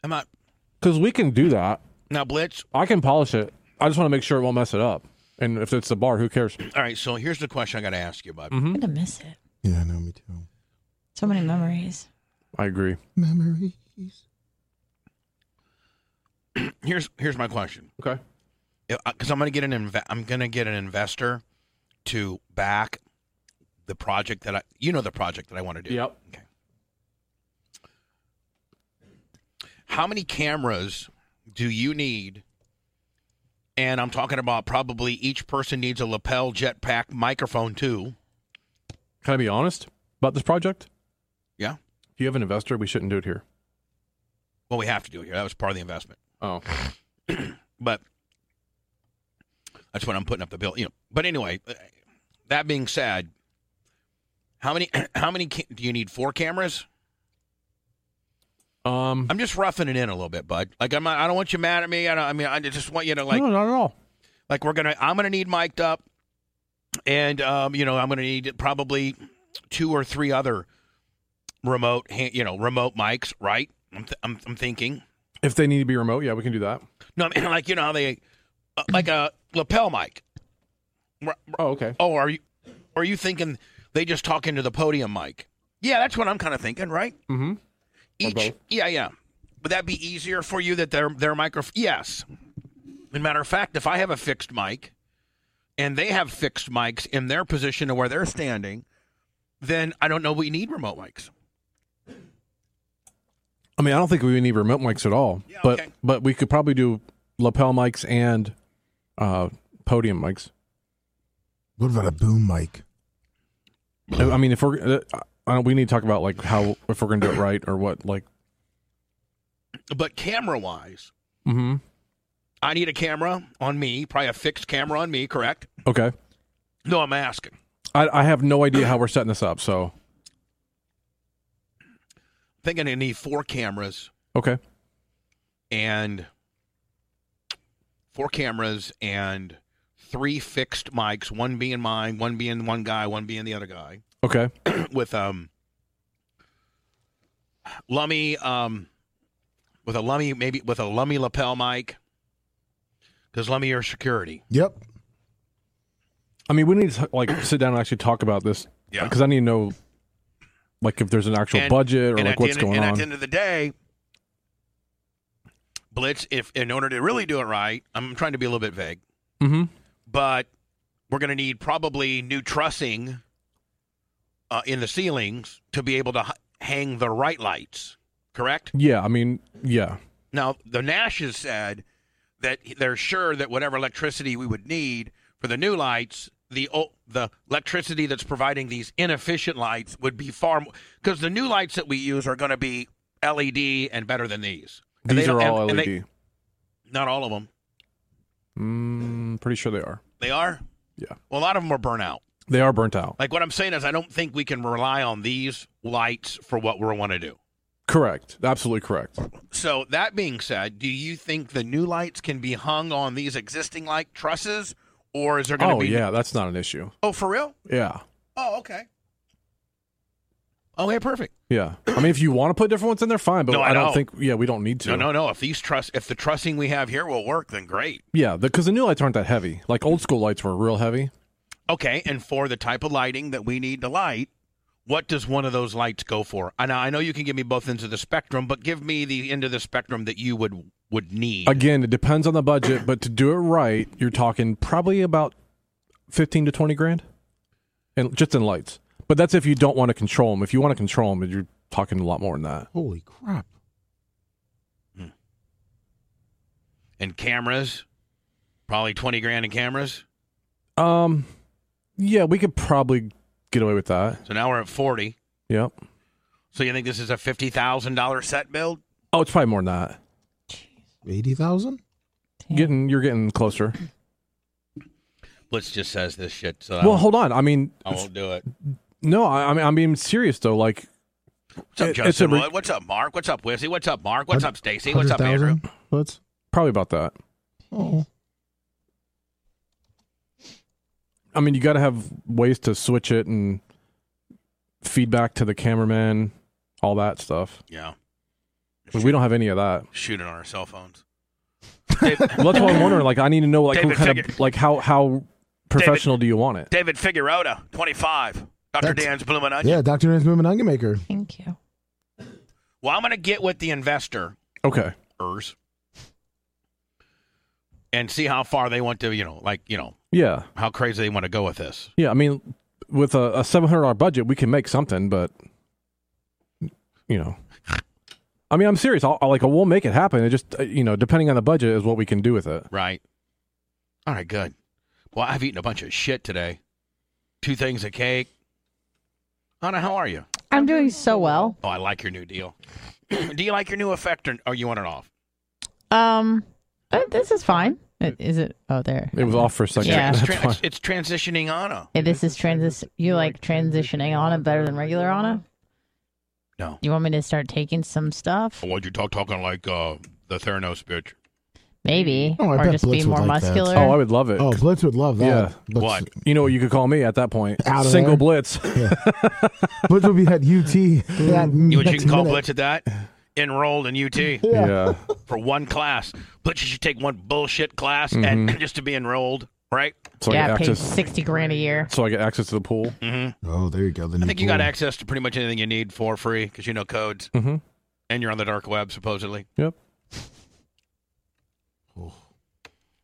Speaker 1: I'm not
Speaker 4: Because we can do that.
Speaker 1: now, Blitz.
Speaker 4: I can polish it. I just want to make sure it won't mess it up. And if it's the bar, who cares?
Speaker 1: All right. So here's the question I got to ask you, bud.
Speaker 5: I'm gonna miss it.
Speaker 3: Yeah, I know, me too.
Speaker 5: So many memories.
Speaker 4: I agree.
Speaker 3: Memories.
Speaker 1: Here's here's my question.
Speaker 4: Okay.
Speaker 1: Because I'm gonna get an inve- I'm gonna get an investor to back the project that I you know the project that I want to do.
Speaker 4: Yep.
Speaker 1: Okay. How many cameras do you need and I'm talking about probably each person needs a lapel jetpack microphone too.
Speaker 4: Can I be honest about this project?
Speaker 1: Yeah.
Speaker 4: If you have an investor, we shouldn't do it here.
Speaker 1: Well, we have to do it here. That was part of the investment,
Speaker 4: Oh,
Speaker 1: but that's what I'm putting up the bill. You know. But anyway, that being said, how many how many ca- do you need? Four cameras?
Speaker 4: um,
Speaker 1: I'm just roughing it in a little bit, bud. Like I'm not, I don't want you mad at me. I, don't, I mean, I just want you to like
Speaker 4: no, not at all.
Speaker 1: like we're gonna i'm gonna need mic'd up and um you know i'm gonna need probably two or three other remote ha- you know remote mics right i'm, th- I'm, I'm thinking
Speaker 4: If they need to be remote, yeah, we can do that.
Speaker 1: no i mean like you know how they uh, like a lapel mic R- r-
Speaker 4: Oh, okay.
Speaker 1: oh are you are you thinking they just talk into the podium mic yeah that's what i'm kind of thinking right
Speaker 4: Mm-hmm.
Speaker 1: each
Speaker 4: both.
Speaker 1: yeah yeah would that be easier for you that their their micro yes as a matter of fact if i have a fixed mic and they have fixed mics in their position to where they're standing then i don't know we need remote mics
Speaker 4: I mean, I don't think we need remote mics at all,
Speaker 1: Yeah,
Speaker 4: but
Speaker 1: okay.
Speaker 4: but we could probably do lapel mics and uh, podium mics.
Speaker 3: What about a boom mic?
Speaker 4: I I mean, if we're uh, I don't, we need to talk about like how if we're gonna do it right or what like.
Speaker 1: but camera wise
Speaker 4: Mm-hmm.
Speaker 1: i need a camera on me probably a fixed camera on me correct
Speaker 4: Okay.
Speaker 1: no i'm asking
Speaker 4: I, I have no idea how we're setting this up. So
Speaker 1: thinking i need four cameras
Speaker 4: okay,
Speaker 1: and four cameras and three fixed mics one being mine one being one guy one being the other guy
Speaker 4: okay,
Speaker 1: with um lummy um with a lummy maybe with a lummy lapel mic because lummy are security
Speaker 3: Yep.
Speaker 4: I mean, we need to like sit down and actually talk about this.
Speaker 1: Yeah.
Speaker 4: Because I need to know, like, if there's an actual
Speaker 1: And-
Speaker 4: budget or
Speaker 1: and,
Speaker 4: like
Speaker 1: at,
Speaker 4: what's
Speaker 1: the end, and
Speaker 4: going on.
Speaker 1: at the end of the day blitz if in order to really do it right i'm trying to be a little bit vague
Speaker 4: mm-hmm.
Speaker 1: but we're going to need probably new trussing uh, in the ceilings to be able to h- hang the right lights correct
Speaker 4: Yeah. I mean, yeah.
Speaker 1: Now, the Nashes said that they're sure that whatever electricity we would need for the new lights, the o- the electricity that's providing these inefficient lights would be far because the new lights that we use are going to be LED and better than these. And
Speaker 4: These
Speaker 1: they
Speaker 4: are
Speaker 1: don't-
Speaker 4: all E
Speaker 1: and- and
Speaker 4: LED.
Speaker 1: they- not all of them.
Speaker 4: mm, pretty sure they are.
Speaker 1: They are.
Speaker 4: Yeah.
Speaker 1: Well, a lot of them are burnt out.
Speaker 4: They are burnt out.
Speaker 1: Like what I'm saying is, I don't think we can rely on these lights for what we want to do.
Speaker 4: Correct. Absolutely correct.
Speaker 1: So that being said, do you think the new lights can be hung on these existing light trusses, or is there going to
Speaker 4: Oh
Speaker 1: be?
Speaker 4: yeah, that's not an issue.
Speaker 1: Oh, for real?
Speaker 4: Yeah.
Speaker 1: Oh, okay. Okay, perfect.
Speaker 4: Yeah. I mean, if you want to put different ones in there, fine. But
Speaker 1: No, I
Speaker 4: I, don't
Speaker 1: don't.
Speaker 4: think. Yeah, we don't need to.
Speaker 1: No, no, no. If these truss, if the trussing we have here will work, then great.
Speaker 4: Yeah, because the, new lights aren't that heavy. Like old school lights were real heavy.
Speaker 1: Okay, and for the type of lighting that we need to light, what does one of those lights go for? And I know you can give me both ends of the spectrum, but give me the end of the spectrum that you would would need.
Speaker 4: Again, it depends on the budget, but to do it right, you're talking probably about fifteen to twenty grand, and just in lights. But that's if you don't want to control them. If you want to control them, you're talking a lot more than that.
Speaker 3: Holy crap.
Speaker 1: and cameras, probably twenty grand in cameras.
Speaker 4: Um, yeah, we could probably get away with that.
Speaker 1: So now we're at forty.
Speaker 4: Yep.
Speaker 1: So you think this is a fifty thousand dollar set build?
Speaker 4: Oh, it's probably more than that.
Speaker 3: 80,000?
Speaker 4: Getting you're getting closer.
Speaker 1: Blitz just says this shit, so I
Speaker 4: Well,
Speaker 1: won't-
Speaker 4: hold on. I mean,
Speaker 1: I won't do it.
Speaker 4: no, I, I mean I'm being serious though. Like
Speaker 1: What's up,
Speaker 4: It- it's a
Speaker 1: Justin?
Speaker 4: re-
Speaker 1: What- What's up, Mark? What's up, Wizzy? What's up, Mark? What's
Speaker 3: Hun-
Speaker 1: up, Stacy? What's up, Andrew?
Speaker 3: 100,000? Let's.
Speaker 4: probably about that.
Speaker 3: Oh.
Speaker 4: I mean, you got to have ways to switch it and feedback to the cameraman, all that stuff.
Speaker 1: Yeah,
Speaker 4: We don't have any of that.
Speaker 1: shooting on our cell phones.
Speaker 4: Well, that's why I'm wondering. Like, I need to know like
Speaker 1: David,
Speaker 4: who kind
Speaker 1: figure-
Speaker 4: of like how how professional do you want it?
Speaker 1: David Figueroa, 25. Dr.
Speaker 3: That's-
Speaker 1: Dan's Bloomin' Onion.
Speaker 3: Yeah, Dr. Dan's Movement Onion Maker.
Speaker 5: Thank you.
Speaker 1: Well, I'm going to get with the investor
Speaker 4: Okay,
Speaker 1: and see how far they want to, you know, like, you know,
Speaker 4: yeah,
Speaker 1: how crazy they want to go with this.
Speaker 4: yeah. I mean, with a, a seven hundred dollar budget, we can make something, but you know, I mean, I'm serious. I'll, I'll like we'll make it happen. It just uh, you know, depending on the budget, is what we can do with it.
Speaker 1: Right. All right, good. Well, I've eaten a bunch of shit today. Two things of cake. Anna, how are you?
Speaker 5: I'm doing so well.
Speaker 1: Oh, I like your new deal. Do you like your new effect or, or you want it off?
Speaker 5: Um, uh, this is fine. It- Is it? Oh, there.
Speaker 4: It was off for a second.
Speaker 5: Yeah.
Speaker 1: It's,
Speaker 4: That's
Speaker 1: tran-
Speaker 4: why.
Speaker 1: it's, it's transitioning Anna.
Speaker 5: Hey, this is transis. You like transitioning Anna better than regular Anna?
Speaker 1: No.
Speaker 5: You want me to start taking some stuff?
Speaker 1: Why'd you talk talking like uh, the Theranos bitch?
Speaker 5: Maybe,
Speaker 3: Oh, I
Speaker 5: or
Speaker 3: bet
Speaker 5: just be
Speaker 3: Blitz would
Speaker 5: more
Speaker 3: like that.
Speaker 5: muscular.
Speaker 4: Oh, I would love it.
Speaker 3: Oh, Blitz would love that.
Speaker 4: Yeah.
Speaker 3: Blitz,
Speaker 1: What?
Speaker 4: You know what you could call me at that point?
Speaker 3: Out of
Speaker 4: Single
Speaker 3: there.
Speaker 4: blitz.
Speaker 3: Blitz would be that UT. That
Speaker 1: You know what you can call Blitz at that? Enrolled in UT
Speaker 4: Yeah.
Speaker 1: for one class. Blitz, you should take one bullshit class and just to be enrolled, right?
Speaker 4: So I
Speaker 5: yeah,
Speaker 4: get
Speaker 5: paid
Speaker 4: access.
Speaker 5: sixty grand a year.
Speaker 4: So I get access to the pool.
Speaker 3: Oh, there you go. The
Speaker 1: I think you got access to pretty much anything you need for free because you know codes
Speaker 4: Mhm.
Speaker 1: and you're on the dark web, supposedly.
Speaker 4: Yep.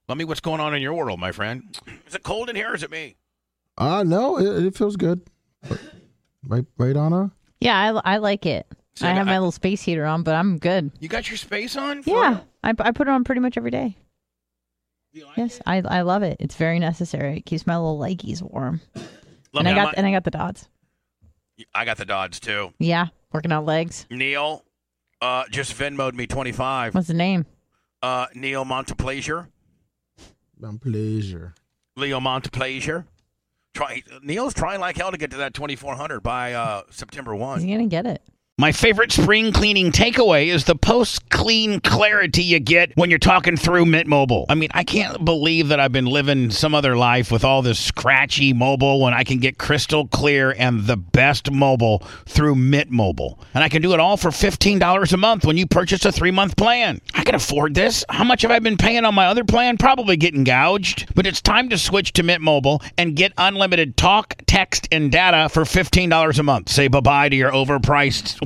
Speaker 1: Let me what's going on in your world, my friend. Is it cold in here or is it me?
Speaker 3: Uh, no, it, it feels good. Right, right, Anna.
Speaker 5: Yeah, I, I like it.
Speaker 1: See,
Speaker 5: I
Speaker 1: I-
Speaker 5: have my little space heater on, but I'm good.
Speaker 1: You got your space on? for
Speaker 5: Yeah,
Speaker 1: real?
Speaker 5: I, I put it on pretty much every day.
Speaker 1: You like
Speaker 5: Yes,
Speaker 1: it?
Speaker 5: I I love it. It's very necessary. It keeps my little leggies warm.
Speaker 1: Let
Speaker 5: and
Speaker 1: me-
Speaker 5: I
Speaker 1: I,
Speaker 5: got
Speaker 1: got
Speaker 5: and I got the dots.
Speaker 1: I got the Dodds too.
Speaker 5: Yeah, working out legs.
Speaker 1: Neil uh, just Venmoed me 25.
Speaker 5: What's the name?
Speaker 1: Uh, Neil Monteplaisir.
Speaker 3: My pleasure.
Speaker 1: Leo Monteplaisir. Try, Neil's trying like hell to get to that 2400 by uh, September 1.
Speaker 5: Is he gonna get it?
Speaker 8: My favorite spring cleaning takeaway is the post clean clarity you get when you're talking through Mint Mobile. I mean, I can't believe that I've been living some other life with all this scratchy mobile when I can get crystal clear and the best mobile through Mint Mobile. And I can do it all for $15 a month when you purchase a three month plan. I can afford this. How much have I been paying on my other plan? Probably getting gouged. But it's time to switch to Mint Mobile and get unlimited talk, text, and data for $15 a month. Say bye bye to your overpriced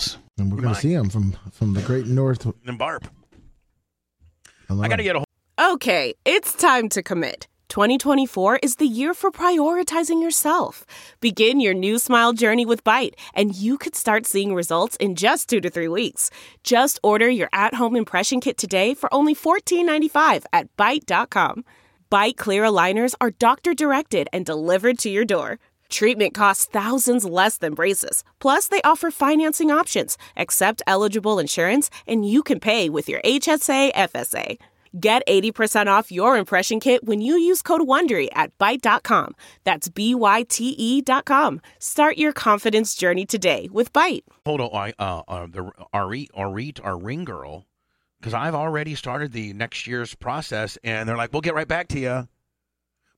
Speaker 3: And we're gonna see him from from the great north.
Speaker 1: And Barb. I got to get a
Speaker 2: Okay, it's time to commit. 2024 is the year for prioritizing yourself. Begin your new smile journey with Bite, and you could start seeing results in just two to three weeks. Just order your at home impression kit today for only $14.95 at Bite.com. Bite Clear Aligners are doctor directed and delivered to your door. Treatment costs thousands less than braces. Plus, they offer financing options, accept eligible insurance, and you can pay with your HSA FSA. Get 80% off your impression kit when you use code WONDERY at Byte.com. That's B-Y-T-E E dot com. Start your confidence journey today with Byte.
Speaker 1: hold on. I, uh, uh, the Arit, Arit, our ring E girl, because I've already started the next year's process and they're like, we'll get right back to you.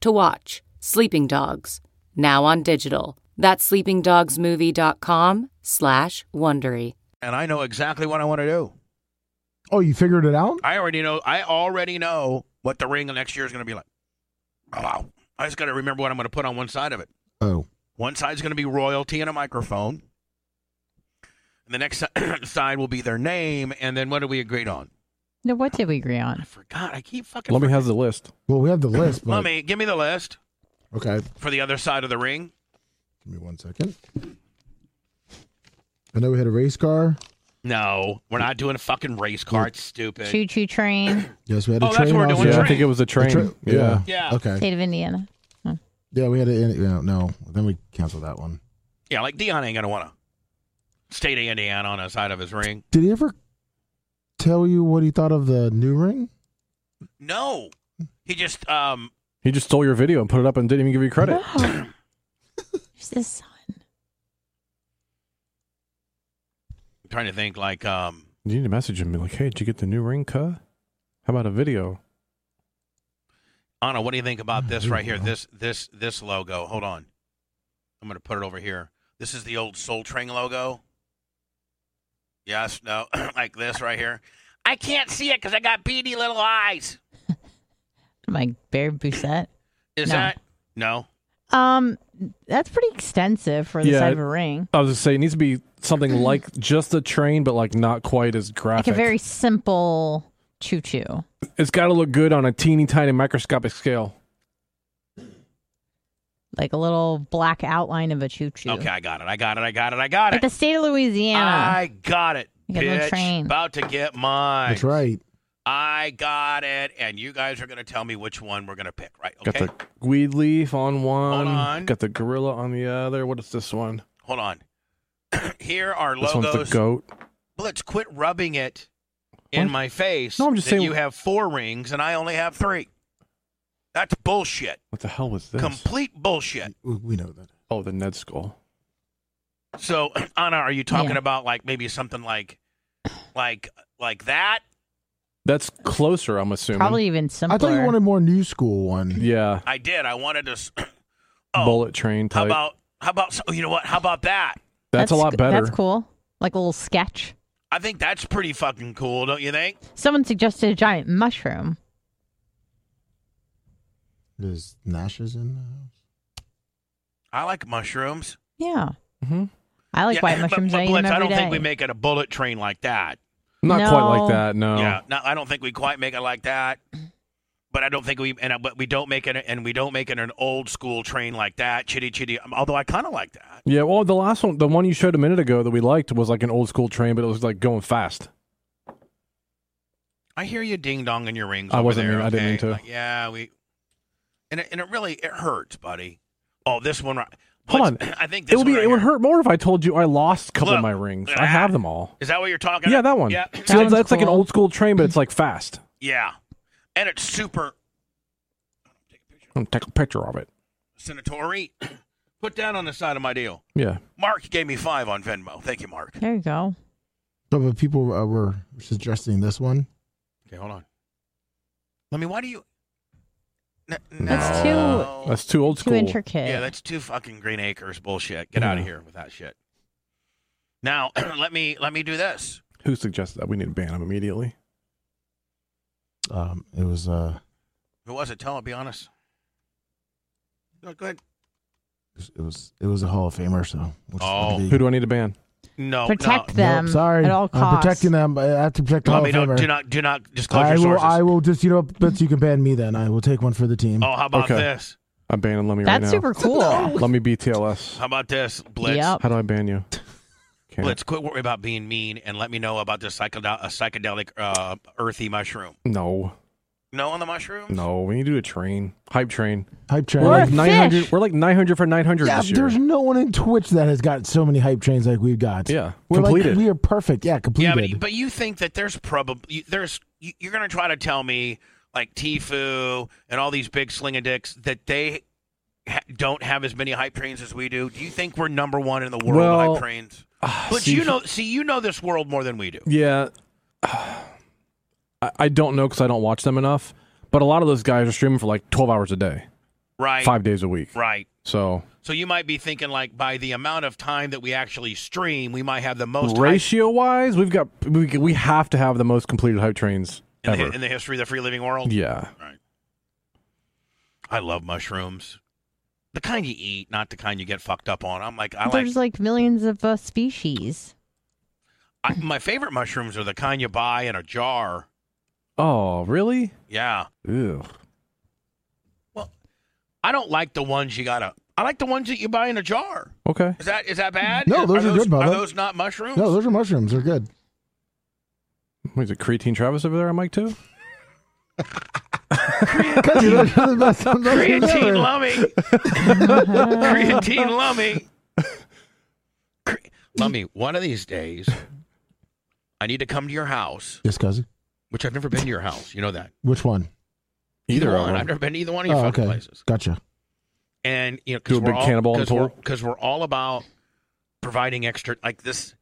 Speaker 9: to watch Sleeping Dogs, now on digital. That's sleepingdogsmovie.com slash Wondery.
Speaker 1: And I know exactly what I want to do.
Speaker 3: Oh, you figured it out?
Speaker 1: I already know. I already know what the ring next year is going to be like. Oh, wow. I just got to remember what I'm going to put on one side of it.
Speaker 3: Oh,
Speaker 1: One side's going to be royalty and a microphone. And the next si- side will be their name. And then what do we agreed on?
Speaker 5: Now, what did we agree on?
Speaker 1: God, I keep fucking.
Speaker 4: Lummy has the list.
Speaker 3: Well, we have the list, but
Speaker 1: Lummy, give me the list
Speaker 3: okay.
Speaker 1: for the other side of the ring.
Speaker 3: Give me one second. I know we had a race car.
Speaker 1: No, we're not doing a fucking race car. It's stupid.
Speaker 5: Choo choo train,
Speaker 3: Yes, we had
Speaker 1: Oh,
Speaker 3: a
Speaker 1: that's
Speaker 3: train.
Speaker 1: what we're doing,
Speaker 3: also.
Speaker 4: Yeah,
Speaker 1: train.
Speaker 4: I think it was a train.
Speaker 3: Tra-
Speaker 4: yeah.
Speaker 3: yeah.
Speaker 1: Yeah.
Speaker 3: Okay.
Speaker 5: state of Indiana.
Speaker 3: Yeah, we had it. in- Yeah, no. Then we canceled that one.
Speaker 1: Yeah, like Dion ain't gonna want to state of Indiana on the side of his ring.
Speaker 3: Did he ever tell you what he thought of the new ring?
Speaker 1: No, he just um
Speaker 4: He just stole your video and put it up and didn't even give you credit.
Speaker 5: There's this son.
Speaker 1: I'm trying to think like um
Speaker 4: You need to message him and be like, hey, did you get the new ring, cuh? How about a video?
Speaker 1: Anna, what do you think about this right here? This this this logo. Hold on, I'm gonna put it over here. This is the old Soul Train logo. Yes, no, like this right here. I can't see it because I got beady little eyes.
Speaker 5: Like Bear Bousset.
Speaker 1: Is
Speaker 5: No.
Speaker 1: that no?
Speaker 5: Um, that's pretty extensive for the
Speaker 4: Yeah,
Speaker 5: side
Speaker 4: it-
Speaker 5: of a ring.
Speaker 4: I was just saying, it needs to be something like just the train, but like not quite as
Speaker 5: Mm. Like
Speaker 4: graphic.
Speaker 5: a very simple choo choo.
Speaker 4: it's got to look good on a teeny tiny microscopic scale.
Speaker 5: Like a little black outline of a choo choo.
Speaker 1: Okay, I got it. I got it. I got it. I got
Speaker 5: Like
Speaker 1: it.
Speaker 5: the state of Louisiana.
Speaker 1: I got it.
Speaker 5: You got a little
Speaker 1: bitch.
Speaker 5: train.
Speaker 1: About to get mine.
Speaker 3: That's right.
Speaker 1: I got it. And you guys are going to tell me which one we're going to pick, right? Okay.
Speaker 4: Got the weed leaf on one.
Speaker 1: on.
Speaker 4: Got the gorilla on the other. What is this one?
Speaker 1: Hold on. Here are
Speaker 4: This one's
Speaker 1: logos.
Speaker 4: the goat.
Speaker 1: Let's quit rubbing it in
Speaker 4: What?
Speaker 1: my face.
Speaker 4: No, I'm just
Speaker 1: that
Speaker 4: saying-
Speaker 1: You have four rings and I only have three. That's bullshit.
Speaker 4: What the hell was this?
Speaker 1: Complete bullshit.
Speaker 3: We- We know that.
Speaker 4: oh, the Ned skull.
Speaker 1: So, Anna, are you talking
Speaker 5: Yeah.
Speaker 1: about like maybe something like, like, like that?
Speaker 4: That's closer, I'm assuming.
Speaker 5: Probably even simpler.
Speaker 3: I thought you wanted more new school one.
Speaker 4: Yeah.
Speaker 1: I did. I wanted to. s- Oh,
Speaker 4: Bullet train
Speaker 1: how
Speaker 4: type.
Speaker 1: about, how about, so, you know what? How about that?
Speaker 4: that's, a lot better.
Speaker 5: That's cool. Like a little sketch.
Speaker 1: I think that's pretty fucking cool, don't you think?
Speaker 5: Someone suggested a giant mushroom.
Speaker 3: Is Nash's in the house?
Speaker 1: I like mushrooms.
Speaker 5: Yeah.
Speaker 4: Mhm.
Speaker 5: I like
Speaker 1: Yeah,
Speaker 5: white
Speaker 1: but-
Speaker 5: mushrooms.
Speaker 1: but
Speaker 5: I eat them
Speaker 1: Blitz, I
Speaker 5: every
Speaker 1: don't think we
Speaker 5: day.
Speaker 1: make it a bullet train like that.
Speaker 4: Not quite
Speaker 5: No.
Speaker 4: like that, no.
Speaker 1: Yeah, no, I don't think we quite make it like that. But I don't think we and I- but we don't make it and we don't make it an old school train like that. Chitty chitty. um, Although I kind of like that.
Speaker 4: Yeah, well, the last one, the one you showed a minute ago that we liked was like an old school train, but it was like going fast.
Speaker 1: I hear you ding dong in your rings.
Speaker 4: I
Speaker 1: over
Speaker 4: wasn't
Speaker 1: there,
Speaker 4: mean- I didn't
Speaker 1: okay?
Speaker 4: mean to.
Speaker 1: Like, yeah, we. And it, and it really it hurts, buddy. Oh, this one. right-
Speaker 4: Hold
Speaker 1: Blitz, I think this
Speaker 4: It would
Speaker 1: one
Speaker 4: be,
Speaker 1: right
Speaker 4: it would
Speaker 1: here-
Speaker 4: hurt more if I told you I lost a couple
Speaker 1: Look.
Speaker 4: of my rings. I have them all.
Speaker 1: Is that what you're talking?
Speaker 4: Yeah,
Speaker 1: about?
Speaker 4: that one.
Speaker 1: Yeah,
Speaker 4: See, that's,
Speaker 5: one's
Speaker 4: that's like an
Speaker 5: cool.
Speaker 4: old school train, but it's like fast.
Speaker 1: yeah. And it's super
Speaker 4: I'm gonna take a picture of it.
Speaker 1: Senatori, put down on the side of my deal.
Speaker 4: Yeah.
Speaker 1: Mark gave me five on Venmo. Thank you, Mark.
Speaker 5: There you go.
Speaker 3: No, but people uh, were suggesting this one.
Speaker 1: Okay, hold on. Let me. Why do you? N-
Speaker 5: That's
Speaker 1: no.
Speaker 4: That's too old
Speaker 5: Too
Speaker 4: school.
Speaker 5: intricate.
Speaker 1: yeah. That's two fucking Green Acres bullshit. Get out of
Speaker 4: Yeah.
Speaker 1: here with that shit. Now let me let me do this.
Speaker 4: Who suggested that? We need to ban him immediately.
Speaker 3: Um, it was uh,
Speaker 1: Who was it? Tell me. Be honest. No, go ahead.
Speaker 3: it was it was a Hall of Famer. So we'll just
Speaker 1: Oh.
Speaker 3: let it be.
Speaker 4: Who do I need to ban?
Speaker 1: No,
Speaker 5: Protect
Speaker 1: no.
Speaker 3: Nope,
Speaker 5: them
Speaker 3: sorry,
Speaker 5: at all
Speaker 3: I'm
Speaker 5: costs.
Speaker 3: protecting them. I have to protect the Hall
Speaker 1: Tommy,
Speaker 3: of
Speaker 1: don't,
Speaker 3: Famer.
Speaker 1: do not do not just close
Speaker 3: I
Speaker 1: your
Speaker 3: will.
Speaker 1: sources.
Speaker 3: I will just. You know, but you can ban me then. I will take one for the team.
Speaker 1: Oh, how about
Speaker 4: Okay.
Speaker 1: this?
Speaker 4: I'm banning Lemmy
Speaker 5: That's
Speaker 4: right
Speaker 5: super cool.
Speaker 4: now. Lemmy BTLS.
Speaker 1: How about this? Blitz.
Speaker 5: Yep.
Speaker 4: How do I ban you? Can't.
Speaker 1: Blitz, quit worrying about being mean and let me know about this psychedel- a psychedelic uh, earthy mushroom.
Speaker 4: No,
Speaker 1: No on the mushrooms?
Speaker 4: no. We need to do a train. Hype train.
Speaker 3: Hype train.
Speaker 4: We're
Speaker 5: Or a
Speaker 4: like 900.
Speaker 5: fish.
Speaker 4: We're like 900 for 900
Speaker 3: yeah,
Speaker 4: this year.
Speaker 3: Uh, there's no one in Twitch that has got so many hype trains like we've got.
Speaker 4: Yeah,
Speaker 3: we're
Speaker 4: completed.
Speaker 3: Like, we are perfect. Yeah,
Speaker 1: Yeah,
Speaker 3: completed.
Speaker 1: but, but you think that there's probably there's you- you're gonna try to tell me like Tfue and all these big slinging dicks that they ha- don't have as many hype trains as we do. Do you think we're number one in the world
Speaker 4: Well,
Speaker 1: of hype trains?
Speaker 4: Ah,
Speaker 1: But
Speaker 4: see,
Speaker 1: you know, see, you know this world more than we do.
Speaker 4: Yeah. I, I don't know because I don't watch them enough. But a lot of those guys are streaming for like 12 hours a day,
Speaker 1: Right.
Speaker 4: five days a week.
Speaker 1: Right.
Speaker 4: So
Speaker 1: So you might be thinking like by the amount of time that we actually stream, we might have the most hype
Speaker 4: ratio wise, we've got we, we have to have the most completed hype trains
Speaker 1: in,
Speaker 4: ever.
Speaker 1: the, in the history of the free living world.
Speaker 4: yeah.
Speaker 1: I love mushrooms. The kind you eat, not the kind you get fucked up on. I'm like, I like
Speaker 5: There's like millions of uh, species.
Speaker 1: I, my favorite mushrooms are the kind you buy in a jar
Speaker 4: Oh, really?
Speaker 1: Yeah.
Speaker 4: Ew.
Speaker 1: I don't like the ones you gotta. I like the ones that you buy in a jar.
Speaker 4: Okay.
Speaker 1: Is that is that bad?
Speaker 3: No, those are good,
Speaker 1: Are
Speaker 3: Bubba.
Speaker 1: those not mushrooms?
Speaker 3: No, those are mushrooms. They're good.
Speaker 4: Wait, is it creatine Travis over there on mic too?
Speaker 3: Because they're the best mushrooms ever.
Speaker 1: creatine lummy. creatine lummy. Cre- Lummy, one of these days, I need to come to your house,
Speaker 3: Yes, cousin.
Speaker 1: which I've never been to your house. You know that.
Speaker 3: Which one?
Speaker 4: Either
Speaker 1: one.
Speaker 4: of
Speaker 1: I've
Speaker 4: them.
Speaker 1: never been to either one of your
Speaker 3: Oh,
Speaker 1: fucking
Speaker 3: okay.
Speaker 1: places.
Speaker 3: Gotcha.
Speaker 1: And you know,
Speaker 4: Do
Speaker 1: because
Speaker 4: a big cannonball on the
Speaker 1: we're,
Speaker 4: floor?
Speaker 1: because we're all about providing extra like this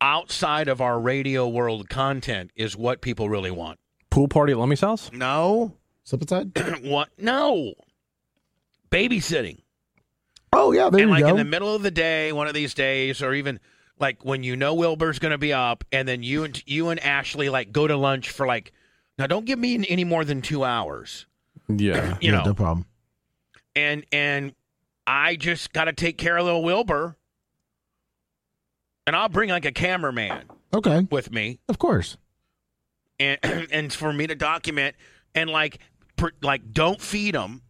Speaker 1: outside of our radio world content is what people really want.
Speaker 4: Pool party at Lummy's house?
Speaker 1: No,
Speaker 3: Slipitide?
Speaker 1: what? No, babysitting.
Speaker 3: Oh, yeah. There
Speaker 1: and
Speaker 3: you
Speaker 1: like
Speaker 3: go.
Speaker 1: in the middle of the day, one of these days, or even like when you know Wilbur's going to be up, and then you and you and Ashley like go to lunch for like. Now, don't give me any more than two hours.
Speaker 4: Yeah.
Speaker 1: You
Speaker 3: yeah,
Speaker 1: know,
Speaker 3: no problem.
Speaker 1: and and I just got to take care of little Wilbur, and I'll bring like a cameraman
Speaker 3: Okay.
Speaker 1: with me,
Speaker 3: Of course.
Speaker 1: and and for me to document and like per, like don't feed him.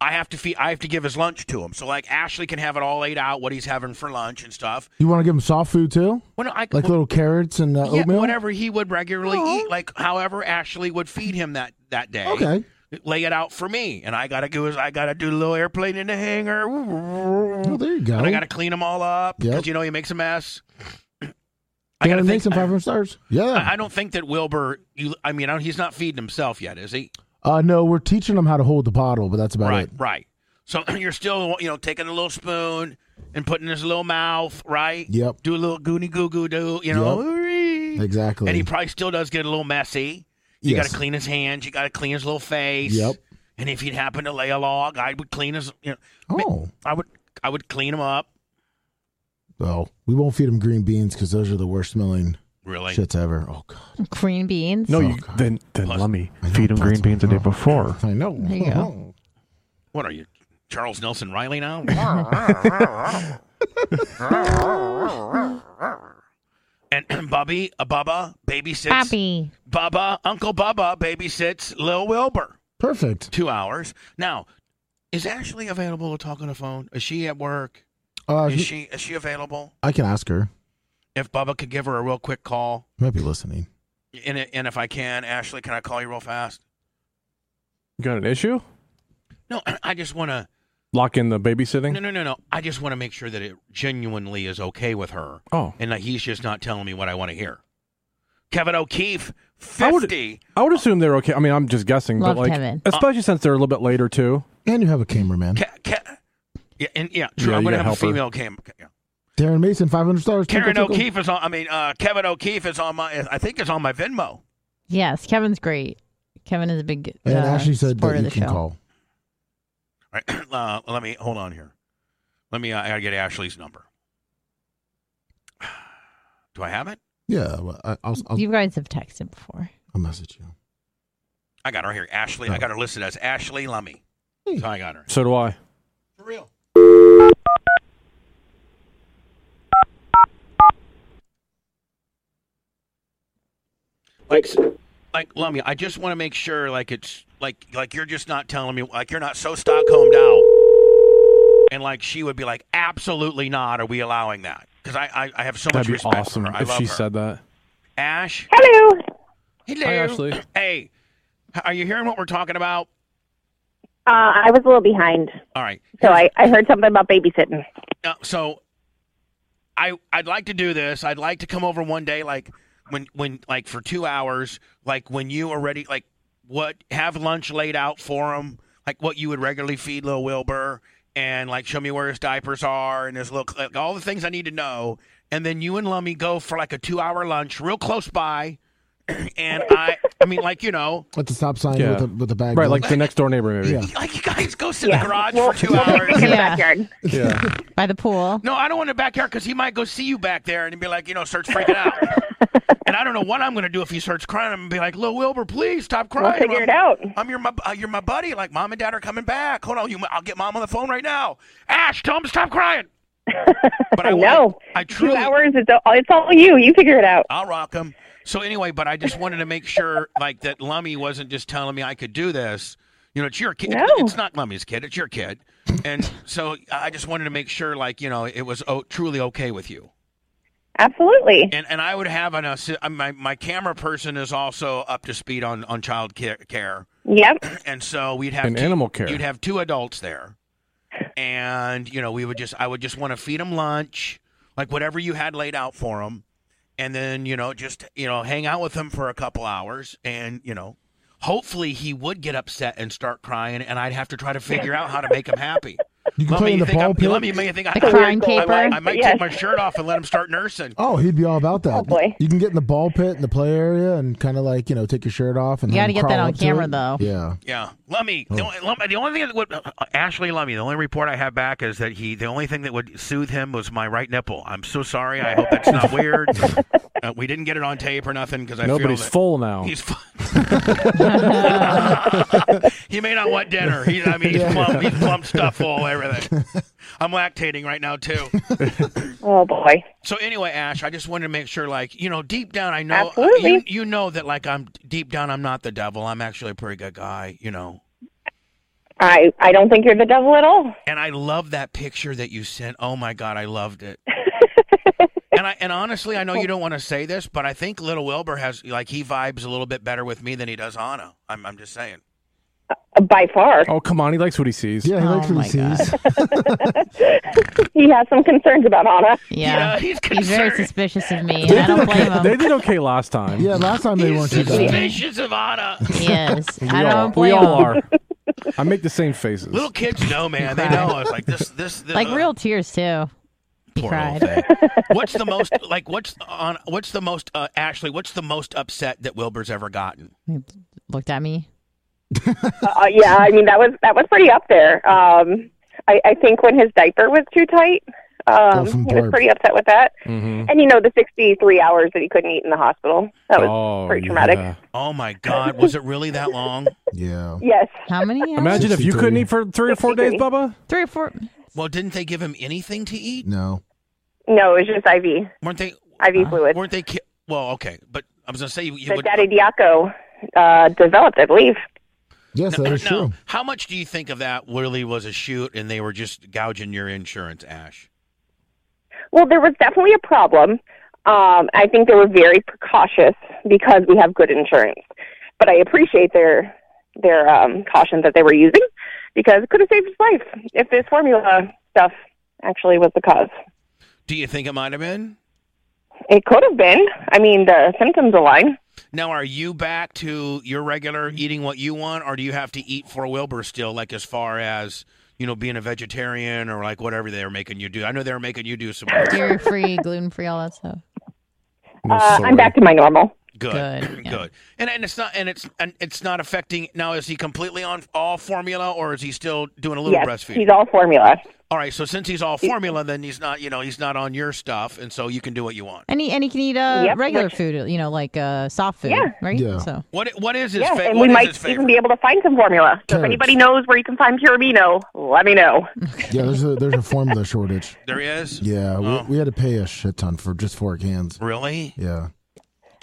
Speaker 1: I have to feed. I have to give his lunch to him. So like Ashley can have it all laid out what he's having for lunch and stuff.
Speaker 3: You want to give them soft food too?
Speaker 1: Well, no, I
Speaker 3: Like little carrots and uh,
Speaker 1: yeah,
Speaker 3: oatmeal?
Speaker 1: whatever he would regularly
Speaker 3: Oh.
Speaker 1: eat, like however Ashley would feed him that that day.
Speaker 3: Okay.
Speaker 1: Lay it out for me, and I gotta do is I gotta do a little airplane in the hangar.
Speaker 3: Oh, there you go.
Speaker 1: and I got to clean them all up
Speaker 3: Yep.
Speaker 1: because you know he makes a mess. I
Speaker 3: I
Speaker 1: got to
Speaker 3: gotta make
Speaker 1: think. Uh-huh.
Speaker 3: some five from stars. Yeah.
Speaker 1: I, I don't think that Wilbur. You, I mean, I don't- he's not feeding himself yet, is he?
Speaker 3: uh, no, we're teaching them how to hold the bottle, but that's about
Speaker 1: right,
Speaker 3: it.
Speaker 1: right. So you're still, you know, taking a little spoon and putting in his little mouth, right?
Speaker 3: Yep.
Speaker 1: Do a little goony goo goo do, you know.
Speaker 3: Exactly.
Speaker 1: And he probably still does get a little messy. You
Speaker 3: Yes.
Speaker 1: got to clean his hands. You got to clean his little face.
Speaker 3: Yep.
Speaker 1: And if he'd happen to lay a log, I would clean his. You know,
Speaker 3: Oh.
Speaker 1: I would, I would clean him up.
Speaker 3: Well, we won't feed them green beans because those are the worst smelling
Speaker 1: Really?
Speaker 3: shits ever. Oh, God.
Speaker 5: Green beans.
Speaker 4: No,
Speaker 3: Oh,
Speaker 4: you
Speaker 3: God.
Speaker 4: then then
Speaker 1: Plus-
Speaker 4: Lummy feed him green beans the day before.
Speaker 3: I know.
Speaker 5: There you go.
Speaker 1: What are you, Charles Nelson Riley now? and, and Bubby, uh, Bubba babysits.
Speaker 5: Bobby.
Speaker 1: Bubba, Uncle Bubba babysits Lil Wilbur.
Speaker 3: Perfect.
Speaker 1: Two hours. Now, is Ashley available to talk on the phone? Is she at work?
Speaker 3: Uh,
Speaker 1: Is she is she available?
Speaker 3: I can ask her.
Speaker 1: If Bubba could give her a real quick call,
Speaker 3: Might be listening.
Speaker 1: and i- and if I can, Ashley, can I call you real fast?
Speaker 4: Got an issue?
Speaker 1: No, I just want to.
Speaker 4: Lock in the babysitting?
Speaker 1: No, no, no, no. I just want to make sure that it genuinely is okay with her.
Speaker 4: Oh.
Speaker 1: and like he's just not telling me what I want to hear. Kevin O'Keefe,
Speaker 4: I would-
Speaker 1: fifty.
Speaker 4: I would assume they're okay. I mean, I'm just guessing,
Speaker 5: Love
Speaker 4: but like,
Speaker 5: Kevin.
Speaker 4: especially since they're a little bit later too.
Speaker 3: And you have a cameraman.
Speaker 1: Ca- ca- yeah, and yeah, true.
Speaker 4: Yeah,
Speaker 1: I'm
Speaker 4: you
Speaker 1: gonna
Speaker 4: gotta
Speaker 1: have a
Speaker 4: help her.
Speaker 1: female cam. yeah.
Speaker 3: Darren Mason, 500 stars.
Speaker 1: Karen
Speaker 3: Tickle, tickle.
Speaker 1: O'Keefe is on. I mean, uh, Kevin O'Keefe is on my. I think is on my Venmo.
Speaker 5: Yes, Kevin's great. Kevin is a big. Uh,
Speaker 3: And Ashley said
Speaker 5: supporter
Speaker 3: that
Speaker 5: of
Speaker 3: you
Speaker 5: the
Speaker 3: can
Speaker 5: show.
Speaker 3: call.
Speaker 1: All right, uh, let me hold on here. Let me. Uh, I gotta get Ashley's number. Do I have it?
Speaker 3: Yeah, well, I, I'll, I'll,
Speaker 5: You guys have texted before.
Speaker 3: I'll message you.
Speaker 1: I got her here.
Speaker 4: Oh.
Speaker 1: Ashley. I got her listed as Ashley Lummy.
Speaker 4: Hmm.
Speaker 1: So I got her.
Speaker 4: So do I.
Speaker 1: For real. Like, like Lummy, I just want to make sure, like it's like like you're just not telling me, like you're not so Stockholmed out, and like she would be like, absolutely not. Are we allowing that? Because I, I I have so much
Speaker 4: That'd be
Speaker 1: respect for
Speaker 4: awesome
Speaker 1: her. I
Speaker 4: if
Speaker 1: love
Speaker 4: she
Speaker 1: her.
Speaker 4: said that.
Speaker 1: Ash,
Speaker 6: Hello.
Speaker 1: hello,
Speaker 4: Hi, Ashley.
Speaker 1: Hey, h- are you hearing what we're talking about?
Speaker 6: Uh, I was a little behind,
Speaker 1: All right.
Speaker 6: so I, I heard something about babysitting.
Speaker 1: Uh, so I I'd like to do this. I'd like to come over one day like when when like for 2 hours like when you are ready like what have lunch laid out for him like what you would regularly feed little Wilbur and like show me where his diapers are and his little like, all the things I need to know and then you and Lummy go for like a 2 hour lunch real close by and I I mean like you know
Speaker 3: At the stop sign
Speaker 4: Yeah.
Speaker 3: with, the, with the bag.
Speaker 4: Right,
Speaker 3: bill.
Speaker 4: like the next door neighbor, maybe.
Speaker 3: Yeah.
Speaker 1: like you guys go sit in
Speaker 6: Yeah.
Speaker 1: the garage
Speaker 6: We'll-
Speaker 1: for 2
Speaker 6: we'll picnic
Speaker 1: hours
Speaker 6: in the
Speaker 5: Yeah.
Speaker 6: backyard.
Speaker 4: Yeah.
Speaker 5: By the pool.
Speaker 1: No, I don't want him back here because he might go see you back there and be like, you know, starts freaking out. and I don't know what I'm going to do if he starts crying. I'm going to be like, Lil Wilbur, please stop
Speaker 6: We'll
Speaker 1: crying.
Speaker 6: figure
Speaker 1: I'm,
Speaker 6: it out.
Speaker 1: I'm your my, uh, you're my buddy. Like, mom and dad are coming back. Hold on, you. I'll get mom on the phone right now. Ash, tell him to stop crying. But
Speaker 6: I
Speaker 1: wanna-
Speaker 6: know.
Speaker 1: I truly,
Speaker 6: Two hours. It's all, it's all you. You figure it out.
Speaker 1: I'll rock him. So anyway, but I just wanted to make sure like that Lummy wasn't just telling me I could do this. You know, it's your kid.
Speaker 6: No.
Speaker 1: It's not Lummy's kid. It's your kid. And so I just wanted to make sure like you know it was o- truly okay with you.
Speaker 6: Absolutely.
Speaker 1: And and I would have an assi- uh, my my camera person is also up to speed on on child ca- care,
Speaker 6: Yep.
Speaker 1: and so we'd have
Speaker 4: And
Speaker 1: two-
Speaker 4: animal care.
Speaker 1: You'd have two adults there, and you know we would just I would just want to feed them lunch, like whatever you had laid out for them, and then you know just you know hang out with him for a couple hours, and you know hopefully he would get upset and start crying, and I'd have to try to figure out how to make him happy.
Speaker 3: You can
Speaker 1: Let
Speaker 3: play
Speaker 1: me
Speaker 3: in the
Speaker 1: think
Speaker 3: ball
Speaker 1: I'm-
Speaker 3: pit.
Speaker 1: let me- let me think I-
Speaker 5: The crying
Speaker 1: I might-
Speaker 5: caper.
Speaker 1: I might
Speaker 6: Yes.
Speaker 1: take my shirt off and let him start nursing.
Speaker 3: Oh, he'd be all about that.
Speaker 6: Oh, boy.
Speaker 3: You can get in the ball pit in the play area and kind of like you know take your shirt off and
Speaker 5: You
Speaker 3: then
Speaker 5: gotta get that
Speaker 3: crawl
Speaker 5: on
Speaker 3: up to
Speaker 5: camera,
Speaker 3: it.
Speaker 5: though.
Speaker 3: Yeah,
Speaker 1: Yeah, Lummy. The, only, Lummy- the only thing that would uh, Ashley Lummy. The only report I have back is that he. The only thing that would soothe him was my right nipple. I'm so sorry. I hope that's not weird. Uh, we didn't get it on tape or nothing because I
Speaker 4: Nobody's
Speaker 1: feel
Speaker 4: full now.
Speaker 1: that he's. fu- he may not want dinner. He, I mean, he's plump, he's plump stuff full everything. I'm lactating right now too.
Speaker 6: Oh boy.
Speaker 1: So anyway, Ash, I just wanted to make sure, like you know, deep down, I know
Speaker 6: Absolutely.
Speaker 1: you, you know that, like I'm deep down, I'm not the devil. I'm actually a pretty good guy, you know.
Speaker 6: I I don't think you're the devil at all.
Speaker 1: And I love that picture that you sent. Oh my god, I loved it. and I and honestly, I know you don't want to say this, but I think Little Wilbur has like he vibes a little bit better with me than he does Anna. I'm I'm just saying.
Speaker 6: By far.
Speaker 4: oh, come on. He likes what he sees.
Speaker 3: yeah. He
Speaker 5: Oh
Speaker 3: likes what he
Speaker 5: my
Speaker 3: sees.
Speaker 6: He has some concerns about Anna.
Speaker 5: Yeah.
Speaker 1: he's
Speaker 5: He's very
Speaker 1: concerned.
Speaker 5: suspicious of me, and
Speaker 4: They
Speaker 5: I
Speaker 4: did,
Speaker 5: don't blame
Speaker 4: okay.
Speaker 5: him.
Speaker 4: they did okay last time.
Speaker 3: Yeah, last time they
Speaker 1: He's
Speaker 3: weren't too bad.
Speaker 1: suspicious of Anna.
Speaker 5: Yes,
Speaker 4: We
Speaker 5: I
Speaker 4: all,
Speaker 5: don't
Speaker 4: we
Speaker 5: blame
Speaker 4: all
Speaker 5: him.
Speaker 4: are. I make the same faces.
Speaker 1: Little kids know, man. They
Speaker 5: cried.
Speaker 1: know. It's like this this, this
Speaker 5: Like
Speaker 1: uh,
Speaker 5: real tears too. He
Speaker 1: poor little
Speaker 5: cried.
Speaker 1: thing. What's the most like? What's on? What's the most uh, Ashley? What's the most upset that Wilbur's ever gotten?
Speaker 5: He looked at me.
Speaker 6: Uh, yeah, I mean that was that was pretty up there. Um, I, I think when his diaper was too tight, um,
Speaker 3: Orphan
Speaker 6: he was
Speaker 3: blurb.
Speaker 6: pretty upset with that.
Speaker 4: hmm
Speaker 6: And you know the 63 hours that he couldn't eat in the hospital. That was
Speaker 4: Oh,
Speaker 6: pretty traumatic.
Speaker 4: yeah.
Speaker 1: Oh my God! Was it really that long?
Speaker 3: Yeah.
Speaker 6: yes.
Speaker 5: How many? hours?
Speaker 4: Imagine if
Speaker 3: 63.
Speaker 4: you couldn't eat for three or four days, Bubba.
Speaker 5: three or four.
Speaker 1: Well, didn't they give him anything to eat?
Speaker 3: No.
Speaker 6: No, it was just IV
Speaker 1: Weren't they?
Speaker 6: IV fluid.
Speaker 1: Weren't they? Ki- well, okay, but I was gonna say you, you
Speaker 6: That
Speaker 1: would.
Speaker 6: Daddy Diaco uh, developed, I believe.
Speaker 3: Yes, that is
Speaker 1: No.
Speaker 3: true.
Speaker 1: How much do you think of that really was a shoot, and they were just gouging your insurance, Ash?
Speaker 6: Well, there was definitely a problem. Um, I think they were very precautious because we have good insurance. But I appreciate their their um, caution that they were using because it could have saved his life if this formula stuff actually was the cause.
Speaker 1: Do you think it might have been?
Speaker 6: It could have been. I mean, the symptoms align.
Speaker 1: Now, are you back to your regular eating what you want, or do you have to eat for Wilbur still? Like as far as you know, being a vegetarian or like whatever they were making you do. I know they were making you do some good,
Speaker 5: Dairy free, gluten free, all that stuff.
Speaker 6: Uh, I'm back to my normal.
Speaker 1: good,
Speaker 5: Good, yeah.
Speaker 1: and and it's not and it's and it's not affecting. Now, is he completely on all formula, or is he still doing a little
Speaker 6: Yes,
Speaker 1: breastfeeding?
Speaker 6: he's all formula.
Speaker 1: All right, so since he's all formula, then he's not, you know, he's not on your stuff, and so you can do what you want.
Speaker 5: And he and he can eat uh,
Speaker 6: Yep,
Speaker 5: regular
Speaker 6: which-
Speaker 5: food, you know, like uh, soft food,
Speaker 6: Yeah.
Speaker 5: right?
Speaker 3: Yeah.
Speaker 5: So
Speaker 1: What what is his
Speaker 6: Yes,
Speaker 1: favorite?
Speaker 6: and we might even be able to find some formula. So if
Speaker 3: Carrots.
Speaker 6: anybody knows where you can find Purino, let me know.
Speaker 3: Yeah, there's a there's a formula shortage.
Speaker 1: there is.
Speaker 3: Yeah, we,
Speaker 1: Oh.
Speaker 3: we had to pay a shit ton for just four cans.
Speaker 1: Really,
Speaker 3: Yeah.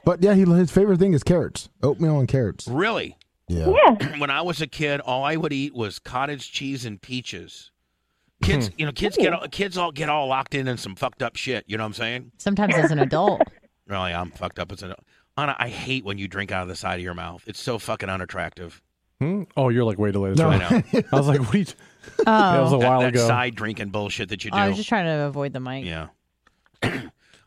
Speaker 3: But yeah, he, his favorite thing is carrots, oatmeal and carrots.
Speaker 1: really.
Speaker 3: Yeah.
Speaker 6: Yeah,
Speaker 1: When I was a kid, all I would eat was cottage cheese and peaches.
Speaker 4: Hmm.
Speaker 1: Kids, you know, kids get all, kids all get all locked in in some fucked up shit. You know what I'm saying?
Speaker 5: sometimes as an adult,
Speaker 1: Really, I'm fucked up. It's an Anna. I hate when you drink out of the side of your mouth. It's so fucking unattractive.
Speaker 4: Hmm? Oh, you're like way delayed.
Speaker 3: No.
Speaker 1: I know
Speaker 4: I was like, what? Are you t- that was a
Speaker 5: oh,
Speaker 1: that,
Speaker 4: while
Speaker 1: that
Speaker 4: ago.
Speaker 1: side drinking bullshit that you do.
Speaker 5: I was just trying to avoid the mic.
Speaker 1: Yeah.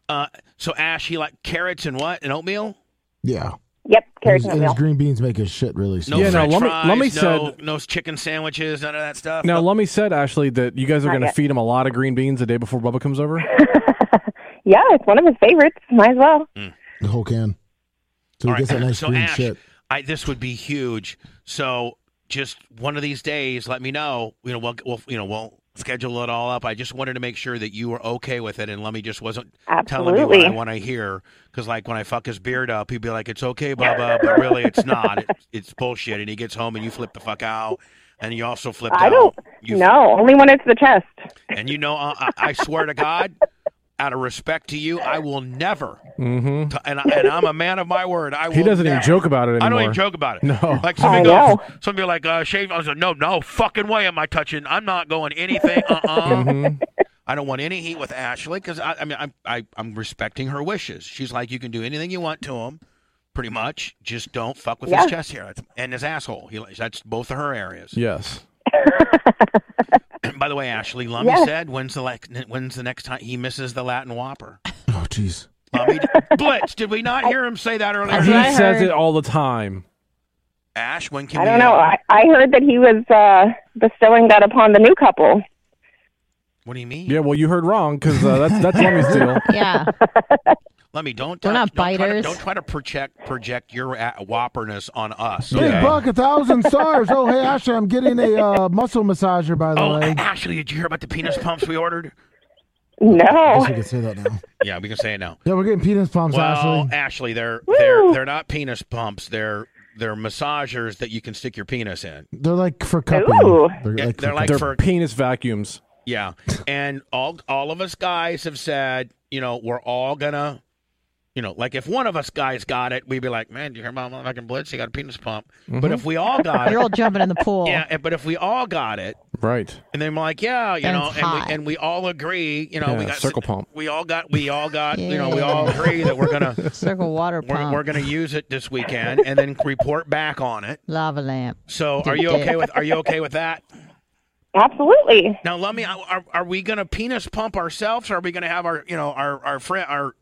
Speaker 1: uh, so Ash, he like carrots and what? And oatmeal?
Speaker 3: Yeah.
Speaker 6: yep, carrots
Speaker 3: His-
Speaker 6: and
Speaker 3: and his
Speaker 6: oatmeal.
Speaker 3: green beans make his shit really
Speaker 1: No
Speaker 3: sweet.
Speaker 4: Yeah, no,
Speaker 1: French
Speaker 4: Lummi-
Speaker 1: fries.
Speaker 4: Lummi
Speaker 1: no,
Speaker 4: said-
Speaker 1: no chicken sandwiches. None of that stuff.
Speaker 4: Now,
Speaker 1: No-
Speaker 4: Lummy said, Ashley, that you guys are
Speaker 6: Not
Speaker 4: going to
Speaker 6: yet.
Speaker 4: feed him a lot of green beans the day before Bubba comes over.
Speaker 6: yeah, it's one of his favorites. Might as well.
Speaker 3: The whole can. So he
Speaker 1: All right,
Speaker 3: gets that nice
Speaker 1: so
Speaker 3: green
Speaker 1: Ash,
Speaker 3: shit.
Speaker 1: I, this would be huge. So just one of these days, let me know. You know, we'll, we'll you know we'll schedule it all up. I just wanted to make sure that you were okay with it, and Lummy just wasn't telling me
Speaker 6: Absolutely.
Speaker 1: what I want to hear. Because like when I fuck his beard up, he'd be like, "It's okay, Bubba," but really, it's not. It's, it's bullshit. And he gets home, and you flip the fuck out, and you also flip.
Speaker 6: I don't
Speaker 1: You
Speaker 6: Oh, no, only when it's the chest.
Speaker 1: And you know, uh, I, I swear to God, out of respect to you, I will never.
Speaker 4: Mm-hmm.
Speaker 1: t- And, I, and I'm a man of my word. I will
Speaker 4: He doesn't even
Speaker 1: never-
Speaker 4: joke about it anymore.
Speaker 1: I don't even joke about it.
Speaker 4: No.
Speaker 1: Like
Speaker 6: I
Speaker 1: somebody
Speaker 6: know.
Speaker 1: goes, somebody like uh, shave. I was like, no, no, fucking way am I touching. I'm not going anything. Uh uh
Speaker 4: Mhm.
Speaker 1: I don't want any heat with Ashley because I, I mean I'm I, I'm respecting her wishes. She's like, you can do anything you want to him, pretty much. Just don't fuck with
Speaker 6: Yeah.
Speaker 1: his chest hair That's- and his asshole. He, that's both of her areas.
Speaker 4: Yes.
Speaker 1: By the way, Ashley, Lummy
Speaker 6: Yes.
Speaker 1: said, when's the like, when's the next time he misses the Latin Whopper?
Speaker 3: Oh, jeez.
Speaker 1: Lummy, Blitz, did we not hear him say that earlier?
Speaker 5: That's
Speaker 4: he
Speaker 5: what I
Speaker 4: says
Speaker 5: heard.
Speaker 4: it all the time.
Speaker 1: Ash, when can
Speaker 6: I
Speaker 1: we?
Speaker 6: don't know.
Speaker 1: uh,
Speaker 6: I, I heard that he was uh, bestowing that upon the new couple.
Speaker 1: what do you mean?
Speaker 4: Yeah, well, you heard wrong because uh, that's that's Lummy's deal.
Speaker 5: Yeah.
Speaker 1: Let me don't.
Speaker 5: We're
Speaker 1: touch-
Speaker 5: not
Speaker 1: don't try to-
Speaker 5: biters.
Speaker 1: Don't try to project project your a- whopperness on us.
Speaker 4: Yeah.
Speaker 1: Okay?
Speaker 4: Big
Speaker 3: Big buck, a thousand stars. Oh, hey, Ashley, I'm getting a uh, muscle massager, by the
Speaker 1: Oh,
Speaker 3: way.
Speaker 1: Ashley, did you hear about the penis pumps we ordered?
Speaker 3: I
Speaker 6: No.
Speaker 3: guess we could say that now.
Speaker 1: Yeah, we can say it now.
Speaker 3: Yeah, we're getting penis pumps,
Speaker 1: Well,
Speaker 3: Ashley.
Speaker 1: Ashley, they're they're they're not penis pumps. They're they're massagers that you can stick your penis in.
Speaker 3: They're like for cupping.
Speaker 6: Ooh.
Speaker 1: Yeah, they're
Speaker 3: for
Speaker 1: like
Speaker 4: They're
Speaker 1: for
Speaker 4: penis vacuums.
Speaker 1: yeah. And all all of us guys have said, you know, we're all gonna, you know, like if one of us guys got it, we'd be like, man, do you hear my fucking blitz? He got a penis pump.
Speaker 3: Mm-hmm.
Speaker 1: But if we all got
Speaker 5: You're
Speaker 1: it,
Speaker 5: all jumping in the pool.
Speaker 1: yeah. But if we all got it,
Speaker 4: Right.
Speaker 1: and then we're like, yeah, you
Speaker 5: Then
Speaker 1: know,
Speaker 5: it's
Speaker 1: and
Speaker 5: hot.
Speaker 1: we, and we all agree, you know, we
Speaker 4: Yeah,
Speaker 1: got
Speaker 4: circle pump.
Speaker 1: We all got, we all got, you know, we all agree that we're gonna
Speaker 5: Circle water
Speaker 1: we're,
Speaker 5: pump.
Speaker 1: we're gonna use it this weekend and then report back on it.
Speaker 5: Lava lamp.
Speaker 1: So are you okay with are you okay with that?
Speaker 6: Absolutely.
Speaker 1: Now, let me. Are, are we gonna penis pump ourselves, or are we gonna have our you know our our friend our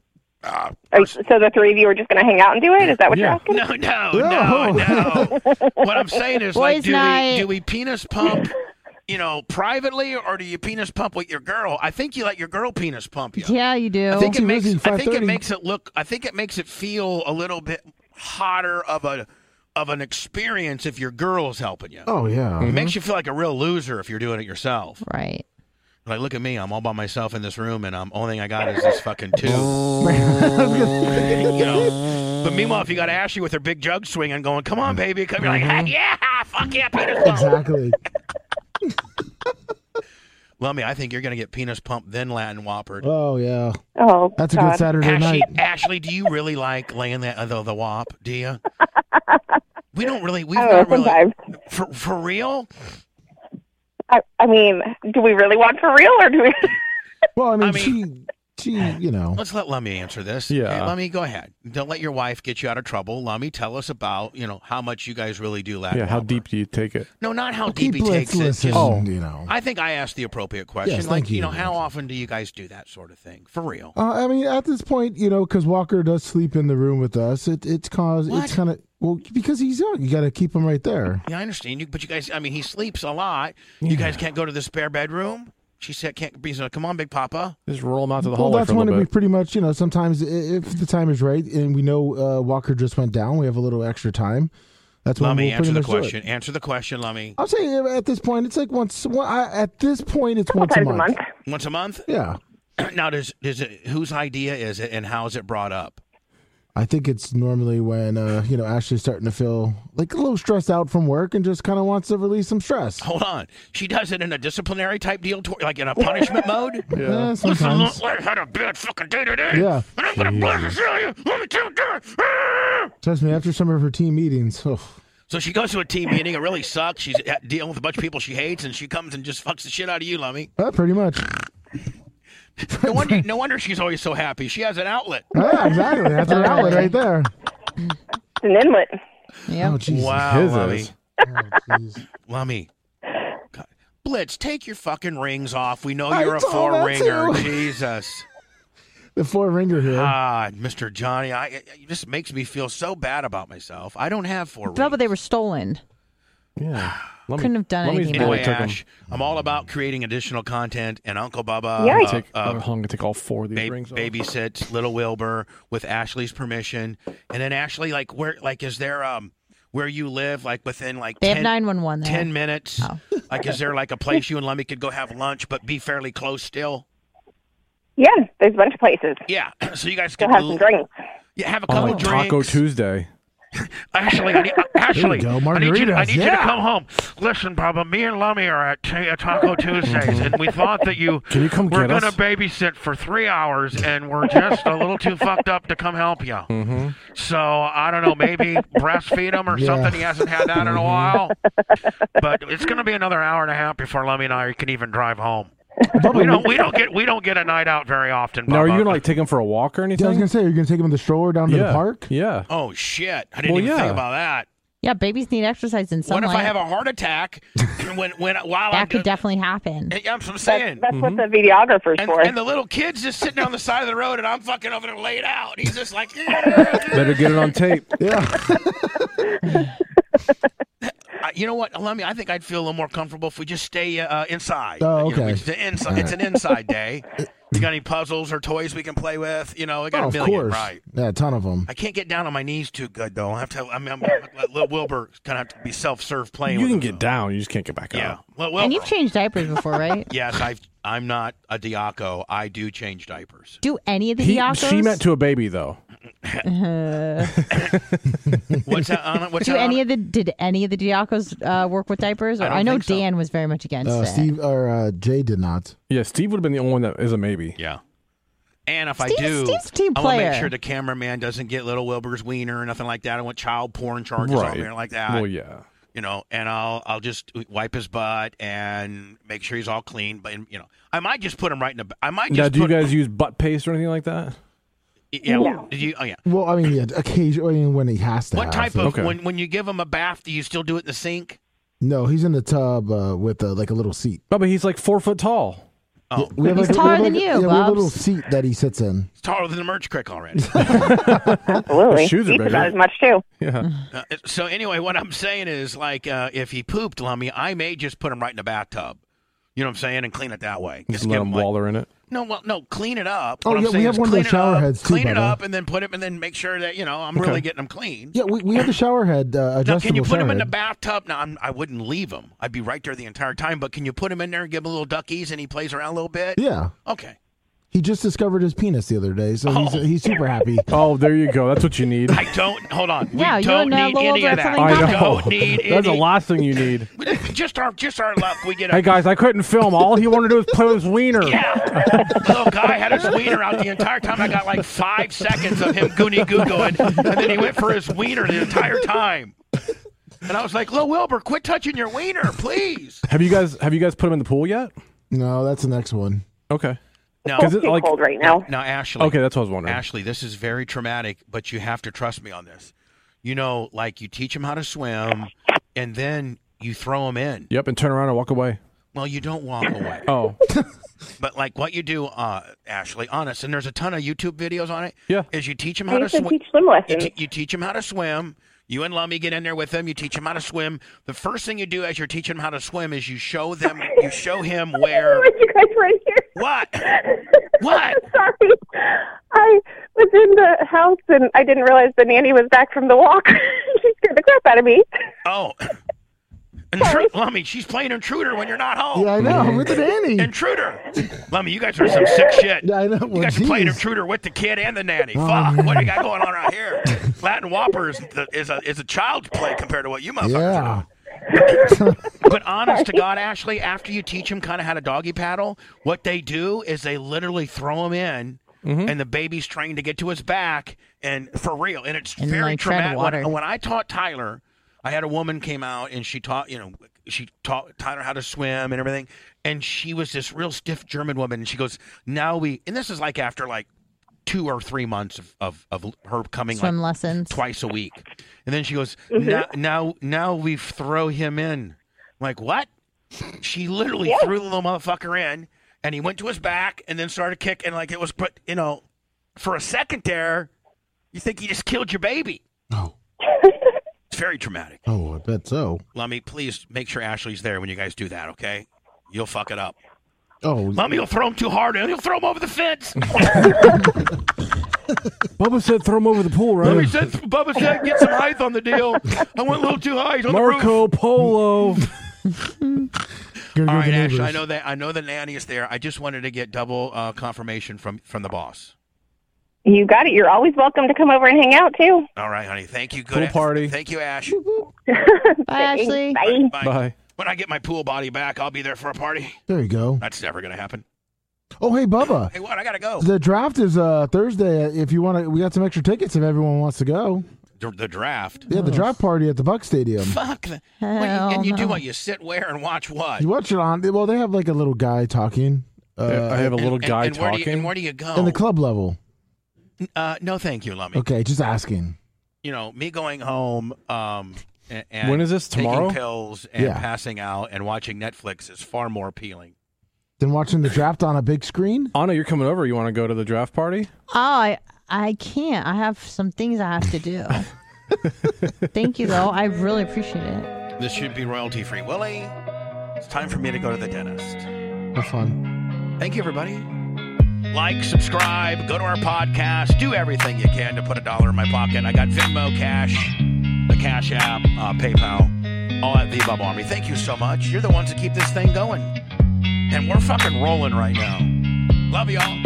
Speaker 1: uh,
Speaker 6: Are, so the three of you are just going to hang out and do it? Is that what you're
Speaker 4: Yeah.
Speaker 6: asking?
Speaker 1: no no no no. what I'm saying is like
Speaker 5: Boys'
Speaker 1: do
Speaker 5: night.
Speaker 1: we do we penis pump? You know, privately, or do you penis pump with your girl? I think you let your girl penis pump you.
Speaker 5: Yeah, you do.
Speaker 1: I think it
Speaker 3: Too
Speaker 1: makes.
Speaker 3: busy,
Speaker 1: I think it
Speaker 3: 5:30.
Speaker 1: makes it look. I think it makes it feel a little bit hotter of a of an experience if your girl's helping you.
Speaker 3: Oh, yeah.
Speaker 1: It makes you feel like a real loser if you're doing it yourself.
Speaker 5: right.
Speaker 1: Like, look at me, I'm all by myself in this room, and I'm only thing I got is this fucking tube. You know? But meanwhile, if you got Ashley with her big jug swinging, going, "Come on, baby," come, you're like,
Speaker 3: Mm-hmm.
Speaker 1: "Heck yeah, fuck yeah, penis pump."
Speaker 3: Exactly.
Speaker 1: Lummy, I think you're gonna get penis pumped then Latin whoppered.
Speaker 3: Oh, yeah.
Speaker 6: Oh,
Speaker 3: That's a
Speaker 6: God.
Speaker 3: good Saturday
Speaker 1: Ashley,
Speaker 3: night.
Speaker 1: Ashley, do you really like laying that the, the wop? Do you? We don't really. We've
Speaker 6: I
Speaker 1: not
Speaker 6: don't know.
Speaker 1: really.
Speaker 6: Sometimes.
Speaker 1: For, for real?
Speaker 6: I, I mean, do we really want for real or do we?
Speaker 3: Well, I mean,
Speaker 1: I mean- uh,
Speaker 3: she, she, you know.
Speaker 1: Let's let Lummy answer this.
Speaker 4: Yeah.
Speaker 1: Hey, Lummy, go ahead. Don't let your wife get you out of trouble. Lummy, tell us about you know how much you guys really do laugh.
Speaker 4: Yeah. How deep do you take it?
Speaker 1: No, not how deep he
Speaker 3: People
Speaker 1: takes
Speaker 3: that's listening,
Speaker 1: it. just-
Speaker 4: Oh.
Speaker 3: you know.
Speaker 1: I think I asked the appropriate question.
Speaker 3: Yes,
Speaker 1: like
Speaker 3: thank you.
Speaker 1: know, how often do you guys do that sort of thing for real?
Speaker 3: Uh, I mean, at this point, you know, because Walker does sleep in the room with us, it, it's cause
Speaker 1: What?
Speaker 3: it's kind of well because he's young. You got to keep him right there.
Speaker 1: Yeah, I understand you, but you guys, I mean, he sleeps a lot. You guys can't go to the spare bedroom. She said, "Can't be." Come on, Big Papa.
Speaker 4: Just roll them out to the
Speaker 3: well,
Speaker 4: hallway
Speaker 3: that's
Speaker 4: for a
Speaker 3: when
Speaker 4: little
Speaker 3: we
Speaker 4: bit.
Speaker 3: pretty much, you know, sometimes i- if the time is right and we know uh, Walker just went down, we have a little extra time. That's when
Speaker 1: Let me
Speaker 3: we'll pretty
Speaker 1: answer the
Speaker 3: much do it.
Speaker 1: question. Answer the question, Lummy.
Speaker 3: I'm saying uh, at this point, it's like once. Well, I, at this point, it's once a
Speaker 6: Sometimes
Speaker 3: month.
Speaker 6: a month.
Speaker 1: Once a month?
Speaker 3: Yeah,
Speaker 1: now, does, does it, whose idea is it, and how is it brought up?
Speaker 3: I think it's normally when uh, you know Ashley's starting to feel like a little stressed out from work and just kind of wants to release some stress.
Speaker 1: Hold on, she does it in a disciplinary type deal, to, like in a punishment mode.
Speaker 3: Yeah,
Speaker 1: Listen,
Speaker 3: Eh, sometimes.
Speaker 1: look, I had a bad fucking day today.
Speaker 3: Yeah.
Speaker 1: and I'm gonna blast you. Let me tell you. Ah!
Speaker 3: Trust me, after some of her team meetings, oh,
Speaker 1: So she goes to a team meeting. It really sucks. She's at- dealing with a bunch of people she hates, and she comes and just fucks the shit out of you, Lummy.
Speaker 3: uh, pretty much.
Speaker 1: No wonder, no wonder she's always so happy. She has an outlet.
Speaker 3: Yeah, exactly. That's her outlet right there.
Speaker 6: It's an inlet.
Speaker 5: Yeah.
Speaker 3: Oh, Jesus.
Speaker 1: Wow,
Speaker 4: His
Speaker 1: Lummy.
Speaker 4: is.
Speaker 1: Lummy. God. Blitz, take your fucking rings off. We know
Speaker 3: I
Speaker 1: you're a
Speaker 3: told
Speaker 1: four
Speaker 3: that
Speaker 1: ringer.
Speaker 3: too.
Speaker 1: Jesus.
Speaker 3: The four ringer here.
Speaker 1: God, Mr. Johnny, I it it just makes me feel so bad about myself. I don't have four
Speaker 5: No, but
Speaker 1: rings.
Speaker 5: they were stolen.
Speaker 4: Yeah. Lummi-
Speaker 5: Couldn't have done
Speaker 4: Lummi's
Speaker 5: anything
Speaker 4: the one
Speaker 5: about
Speaker 1: Anyway,
Speaker 5: it.
Speaker 4: that took 'em.
Speaker 1: Ash, I'm all about creating additional content, and Uncle Bubba,
Speaker 6: Yeah,
Speaker 1: uh,
Speaker 4: Take,
Speaker 1: uh,
Speaker 4: I'm gonna take all four of these
Speaker 1: ba-
Speaker 4: rings. off.
Speaker 1: babysits little Wilbur with Ashley's permission, and then Ashley, like where, like is there um where you live, like within like
Speaker 5: They
Speaker 1: 10
Speaker 5: have 911 there.
Speaker 1: 10 minutes?
Speaker 5: Oh.
Speaker 1: Like, is there like a place you and Lemmy could go have lunch, but be fairly close still?
Speaker 6: Yeah, there's a bunch of places.
Speaker 1: Yeah, so you guys
Speaker 6: Go
Speaker 1: could
Speaker 6: have some drinks.
Speaker 1: Yeah, have a
Speaker 4: on
Speaker 1: couple
Speaker 4: like
Speaker 1: drinks.
Speaker 4: Taco Tuesday.
Speaker 1: Ashley, I need, Ashley,
Speaker 3: go,
Speaker 1: I need, you, I
Speaker 3: margaritas,
Speaker 1: need you to
Speaker 3: yeah.
Speaker 1: come home. Listen, Bubba, me and Lummy are at t- uh, Taco Tuesdays, and we thought that you,
Speaker 4: Can you come
Speaker 1: were
Speaker 4: get us?
Speaker 1: to babysit for three hours, and we're just a little too fucked up to come help you.
Speaker 4: Mm-hmm.
Speaker 1: So I don't know, maybe breastfeed him or something. He hasn't had that
Speaker 4: Mm-hmm.
Speaker 1: in a while. But it's going to be another hour and a half before Lummy and I can even drive home. We don't, we don't get, we don't get a night out very often.
Speaker 4: Now, are you
Speaker 1: Bubba.
Speaker 4: gonna like take him for a walk or
Speaker 3: Yeah, I was
Speaker 4: anything?
Speaker 3: gonna say, you're gonna take him in the stroller down to
Speaker 4: yeah.
Speaker 3: the park.
Speaker 4: Yeah.
Speaker 1: Oh shit! I didn't
Speaker 4: Well,
Speaker 1: even think
Speaker 4: yeah.
Speaker 1: about that.
Speaker 5: Yeah, babies need exercise in
Speaker 1: What
Speaker 5: sunlight.
Speaker 1: if I have a heart attack when when while I'm
Speaker 5: that could definitely happen.
Speaker 1: Yeah, I'm I'm
Speaker 6: That's,
Speaker 1: saying.
Speaker 6: that's what the videographer's
Speaker 1: And,
Speaker 6: for.
Speaker 1: and the little kid's just sitting on the side of the road, and I'm fucking over there laid out. He's just like,
Speaker 4: Better get it on tape.
Speaker 3: Yeah.
Speaker 1: I- you know what? Let me. I think I'd feel a little more comfortable if we just stay uh, inside.
Speaker 3: Oh,
Speaker 1: You know,
Speaker 3: okay.
Speaker 1: it's, the inside, it's an inside day. You got any puzzles or toys we can play with? You know, I got
Speaker 3: Oh,
Speaker 1: a
Speaker 3: of
Speaker 1: million.
Speaker 3: course.
Speaker 1: Right.
Speaker 3: Yeah, a ton of them.
Speaker 1: I can't get down on my knees too good though. I have to. I mean, I'm, Lil Wilbur kind of have to be self-serve playing.
Speaker 4: You
Speaker 1: with
Speaker 4: can
Speaker 1: him,
Speaker 4: get
Speaker 1: though.
Speaker 4: down. You just can't get back
Speaker 1: Yeah.
Speaker 4: up.
Speaker 1: Well,
Speaker 5: and you've changed diapers before, right?
Speaker 1: Yes, I've. I'm not a Diaco. I do change diapers.
Speaker 5: Do any of the
Speaker 4: He,
Speaker 5: Diacos?
Speaker 4: she meant to a baby though.
Speaker 1: What's that? On, it? what's
Speaker 5: Do
Speaker 1: that on
Speaker 5: any
Speaker 1: it?
Speaker 5: of the did any of the Diacos uh, work with diapers? Or
Speaker 1: I
Speaker 5: I,
Speaker 1: don't
Speaker 5: know
Speaker 1: think so.
Speaker 5: Dan was very much against
Speaker 3: Uh,
Speaker 5: it.
Speaker 3: Steve or uh, Jay did not.
Speaker 4: Yeah, Steve would have been the only one that is a maybe.
Speaker 1: Yeah. And if
Speaker 5: Steve's-
Speaker 1: I do,
Speaker 5: Steve's a team
Speaker 1: I want to make
Speaker 5: player.
Speaker 1: sure the cameraman doesn't get little Wilbur's wiener or nothing like that. I want child porn charges on
Speaker 4: Right.
Speaker 1: there like that.
Speaker 4: Well, yeah.
Speaker 1: You know, and I'll I'll just wipe his butt and make sure he's all clean. But you know, I might just put him right in the. I might just.
Speaker 4: Now, do you
Speaker 1: put-
Speaker 4: guys use butt paste or anything like that?
Speaker 1: Yeah.
Speaker 6: No.
Speaker 1: Did you? Oh yeah.
Speaker 3: Well, I mean, yeah, occasionally when he has to.
Speaker 1: What
Speaker 3: have
Speaker 1: type
Speaker 3: it.
Speaker 1: of
Speaker 4: Okay.
Speaker 1: when when you give him a bath? Do you still do it in the sink?
Speaker 3: No, he's in the tub uh, with uh, like a little seat.
Speaker 4: No, but he's like four foot tall.
Speaker 1: Oh,
Speaker 3: We have,
Speaker 5: He's
Speaker 3: like, a- we have,
Speaker 5: taller than
Speaker 3: like,
Speaker 5: you,
Speaker 3: a- Yeah, we have a little
Speaker 5: Bubs.
Speaker 3: seat that he sits in.
Speaker 1: it's taller than the merch crick already.
Speaker 6: Absolutely.
Speaker 4: His shoes are
Speaker 6: Eats
Speaker 4: bigger.
Speaker 6: about as much too. Mm.
Speaker 4: Yeah.
Speaker 1: Uh, so anyway, what I'm saying is, like, uh, if he pooped, Lummy, I may just put him right in the bathtub. You know what I'm saying, and clean it that way.
Speaker 4: Just
Speaker 1: give
Speaker 4: let him
Speaker 1: like-
Speaker 4: waller in it.
Speaker 1: No, well, no, clean it up.
Speaker 3: Oh,
Speaker 1: What I'm
Speaker 3: yeah, we
Speaker 1: saying
Speaker 3: have
Speaker 1: is
Speaker 3: one of
Speaker 1: clean
Speaker 3: those
Speaker 1: it
Speaker 3: shower
Speaker 1: up,
Speaker 3: heads too,
Speaker 1: Clean it
Speaker 3: by the way.
Speaker 1: up and then put him and then make sure that you know I'm really getting them clean.
Speaker 3: Yeah, we, we have the shower head uh, adjustable.
Speaker 1: Now, can you put him
Speaker 3: shower
Speaker 1: in the
Speaker 3: head.
Speaker 1: bathtub? Now, I'm, I wouldn't leave him. I'd be right there the entire time. But can you put him in there and give him a little duckies and he plays around a little bit?
Speaker 3: Yeah,
Speaker 1: Okay.
Speaker 3: he just discovered his penis the other day, so he's, he's super happy.
Speaker 4: Oh, there you go. That's what you need.
Speaker 1: I don't. Hold on. We
Speaker 5: Yeah, you
Speaker 1: don't
Speaker 5: and, uh,
Speaker 1: need any
Speaker 5: Lola
Speaker 1: of
Speaker 5: are
Speaker 1: that.
Speaker 5: something I
Speaker 1: We
Speaker 5: happened.
Speaker 1: don't need any.
Speaker 4: That's a last thing you need.
Speaker 1: Just our just our luck. We get a
Speaker 4: Hey guys, I couldn't film. All he wanted to do was play with his wiener.
Speaker 1: little guy had his wiener out the entire time. I got like five seconds of him goony googoing, and then he went for his wiener the entire time. And I was like, Lil Wilbur, quit touching your wiener, please.
Speaker 4: Have you guys have you guys put him in the pool yet?
Speaker 3: No, that's the next one.
Speaker 4: Okay.
Speaker 1: No,
Speaker 4: Because it
Speaker 6: Too
Speaker 4: like
Speaker 6: cold right now.
Speaker 1: now Ashley.
Speaker 4: okay, that's what I was wondering.
Speaker 1: Ashley, this is very traumatic, but you have to trust me on this. You know, like you teach him how to swim, and then you throw him in.
Speaker 4: Yep, and turn around and walk away.
Speaker 1: Well, you don't walk away.
Speaker 4: Oh,
Speaker 1: But like what you do, uh, Ashley, honest, and there's a ton of YouTube videos on it.
Speaker 4: Yeah.
Speaker 1: is you teach him
Speaker 6: I
Speaker 1: how to
Speaker 6: used to
Speaker 1: swim.
Speaker 6: teach swim
Speaker 1: You,
Speaker 6: lessons.
Speaker 1: te- you teach them how to swim. You and Lummy get in there with them. You teach them how to swim. The first thing you do as you're teaching them how to swim is you show them. You show him where.
Speaker 6: you guys right here.
Speaker 1: What? What?
Speaker 6: Sorry. I was in the house and I didn't realize the nanny was back from the walk. she scared the crap out of me.
Speaker 1: Oh, Intru- Lummy, she's playing intruder when you're not home.
Speaker 3: Yeah, I know. With the nanny.
Speaker 1: Intruder, Lummy, you guys are some sick shit.
Speaker 3: Yeah, I know.
Speaker 1: You
Speaker 3: Well,
Speaker 1: guys are playing
Speaker 3: geez.
Speaker 1: intruder with the kid and the nanny.
Speaker 3: Oh,
Speaker 1: Fuck, what do you got going on right here? Latin Whopper is, the, is a is a child's play compared to what you motherfuckers are doing.
Speaker 3: Yeah.
Speaker 1: But honest to God, Ashley, after you teach them kind of how to doggy paddle, what they do is they literally throw him in,
Speaker 5: Mm-hmm.
Speaker 1: and the baby's trying to get to his back, and for real, and it's
Speaker 5: And,
Speaker 1: very
Speaker 5: like, tread
Speaker 1: traumatic. When,
Speaker 5: water.
Speaker 1: when I taught Tyler, I had a woman came out and she taught you know she taught Tyler how to swim and everything, and she was this real stiff German woman, and she goes, "Now we," and this is like after like two or three months of of, of her coming like
Speaker 5: Swim lessons.
Speaker 1: twice a week. And then she goes, now, now, now we throw him in. I'm like, what? She literally threw the little motherfucker in and he went to his back and then started kicking like it was, put, you know, for a second there, you think he just killed your baby.
Speaker 3: Oh,
Speaker 1: It's very traumatic.
Speaker 3: oh, I bet so.
Speaker 1: Lummy, please make sure Ashley's there when you guys do that, okay? You'll fuck it up.
Speaker 3: Oh,
Speaker 1: Lummy will throw him too hard and he'll throw him over the fence.
Speaker 4: Bubba said throw him over the pool,
Speaker 1: Lummy
Speaker 4: right?
Speaker 1: said, Bubba said, get some height on the deal. I went a little too high. He's on the roof.
Speaker 4: Marco Polo.
Speaker 3: gonna go
Speaker 1: All
Speaker 3: to
Speaker 1: right,
Speaker 3: the
Speaker 1: Ashley. I
Speaker 3: neighbors.
Speaker 1: know that I know the nanny is there. I just wanted to get double uh, confirmation from from the boss.
Speaker 6: You got it. You're always welcome to come over and hang out too.
Speaker 1: All right, honey. Thank you. Good
Speaker 4: Pool
Speaker 1: a-
Speaker 4: party.
Speaker 1: Thank you, Ash.
Speaker 5: Bye, Ashley.
Speaker 6: Bye.
Speaker 4: Bye.
Speaker 1: When I get my pool body back, I'll be there for a party.
Speaker 3: There you go.
Speaker 1: That's never gonna happen.
Speaker 3: Oh, hey, Bubba.
Speaker 1: Hey, what? I gotta go.
Speaker 3: The draft is uh Thursday. If you want to, we got some extra tickets if everyone wants to go.
Speaker 1: The, the draft.
Speaker 3: Yeah, the draft party at the Buck Stadium.
Speaker 1: Fuck. The,
Speaker 5: Hell
Speaker 1: what you- and you do
Speaker 5: no.
Speaker 1: what? You sit where and watch what?
Speaker 3: You watch it on. Well, they have like a little guy talking
Speaker 4: Yeah, I
Speaker 3: uh,
Speaker 4: have a little
Speaker 1: and,
Speaker 4: guy
Speaker 1: and, and Where do you, and
Speaker 4: talking.
Speaker 1: where do you go?
Speaker 3: in the club level.
Speaker 1: uh, no, thank you, Lummy.
Speaker 3: Okay, just asking.
Speaker 1: You know, me going home. Um, a- and
Speaker 4: When is this,
Speaker 1: taking
Speaker 4: tomorrow?
Speaker 1: Pills and
Speaker 3: Yeah.
Speaker 1: passing out and watching Netflix is far more appealing.
Speaker 3: Then watching the draft on a big screen.
Speaker 4: Anna, you're coming over. You want to go to the draft party?
Speaker 5: Oh, I I can't. I have some things I have to do. Thank you though. I really appreciate it.
Speaker 1: This should be royalty free. Willie, it's time for me to go to the dentist.
Speaker 3: Have fun.
Speaker 1: Thank you, everybody. Like, subscribe, go to our podcast, do everything you can to put a dollar in my pocket. I got Venmo Cash, the Cash App, uh, PayPal, all at VBub Army. Thank you so much. You're the ones that keep this thing going. And we're fucking rolling right now. Love y'all.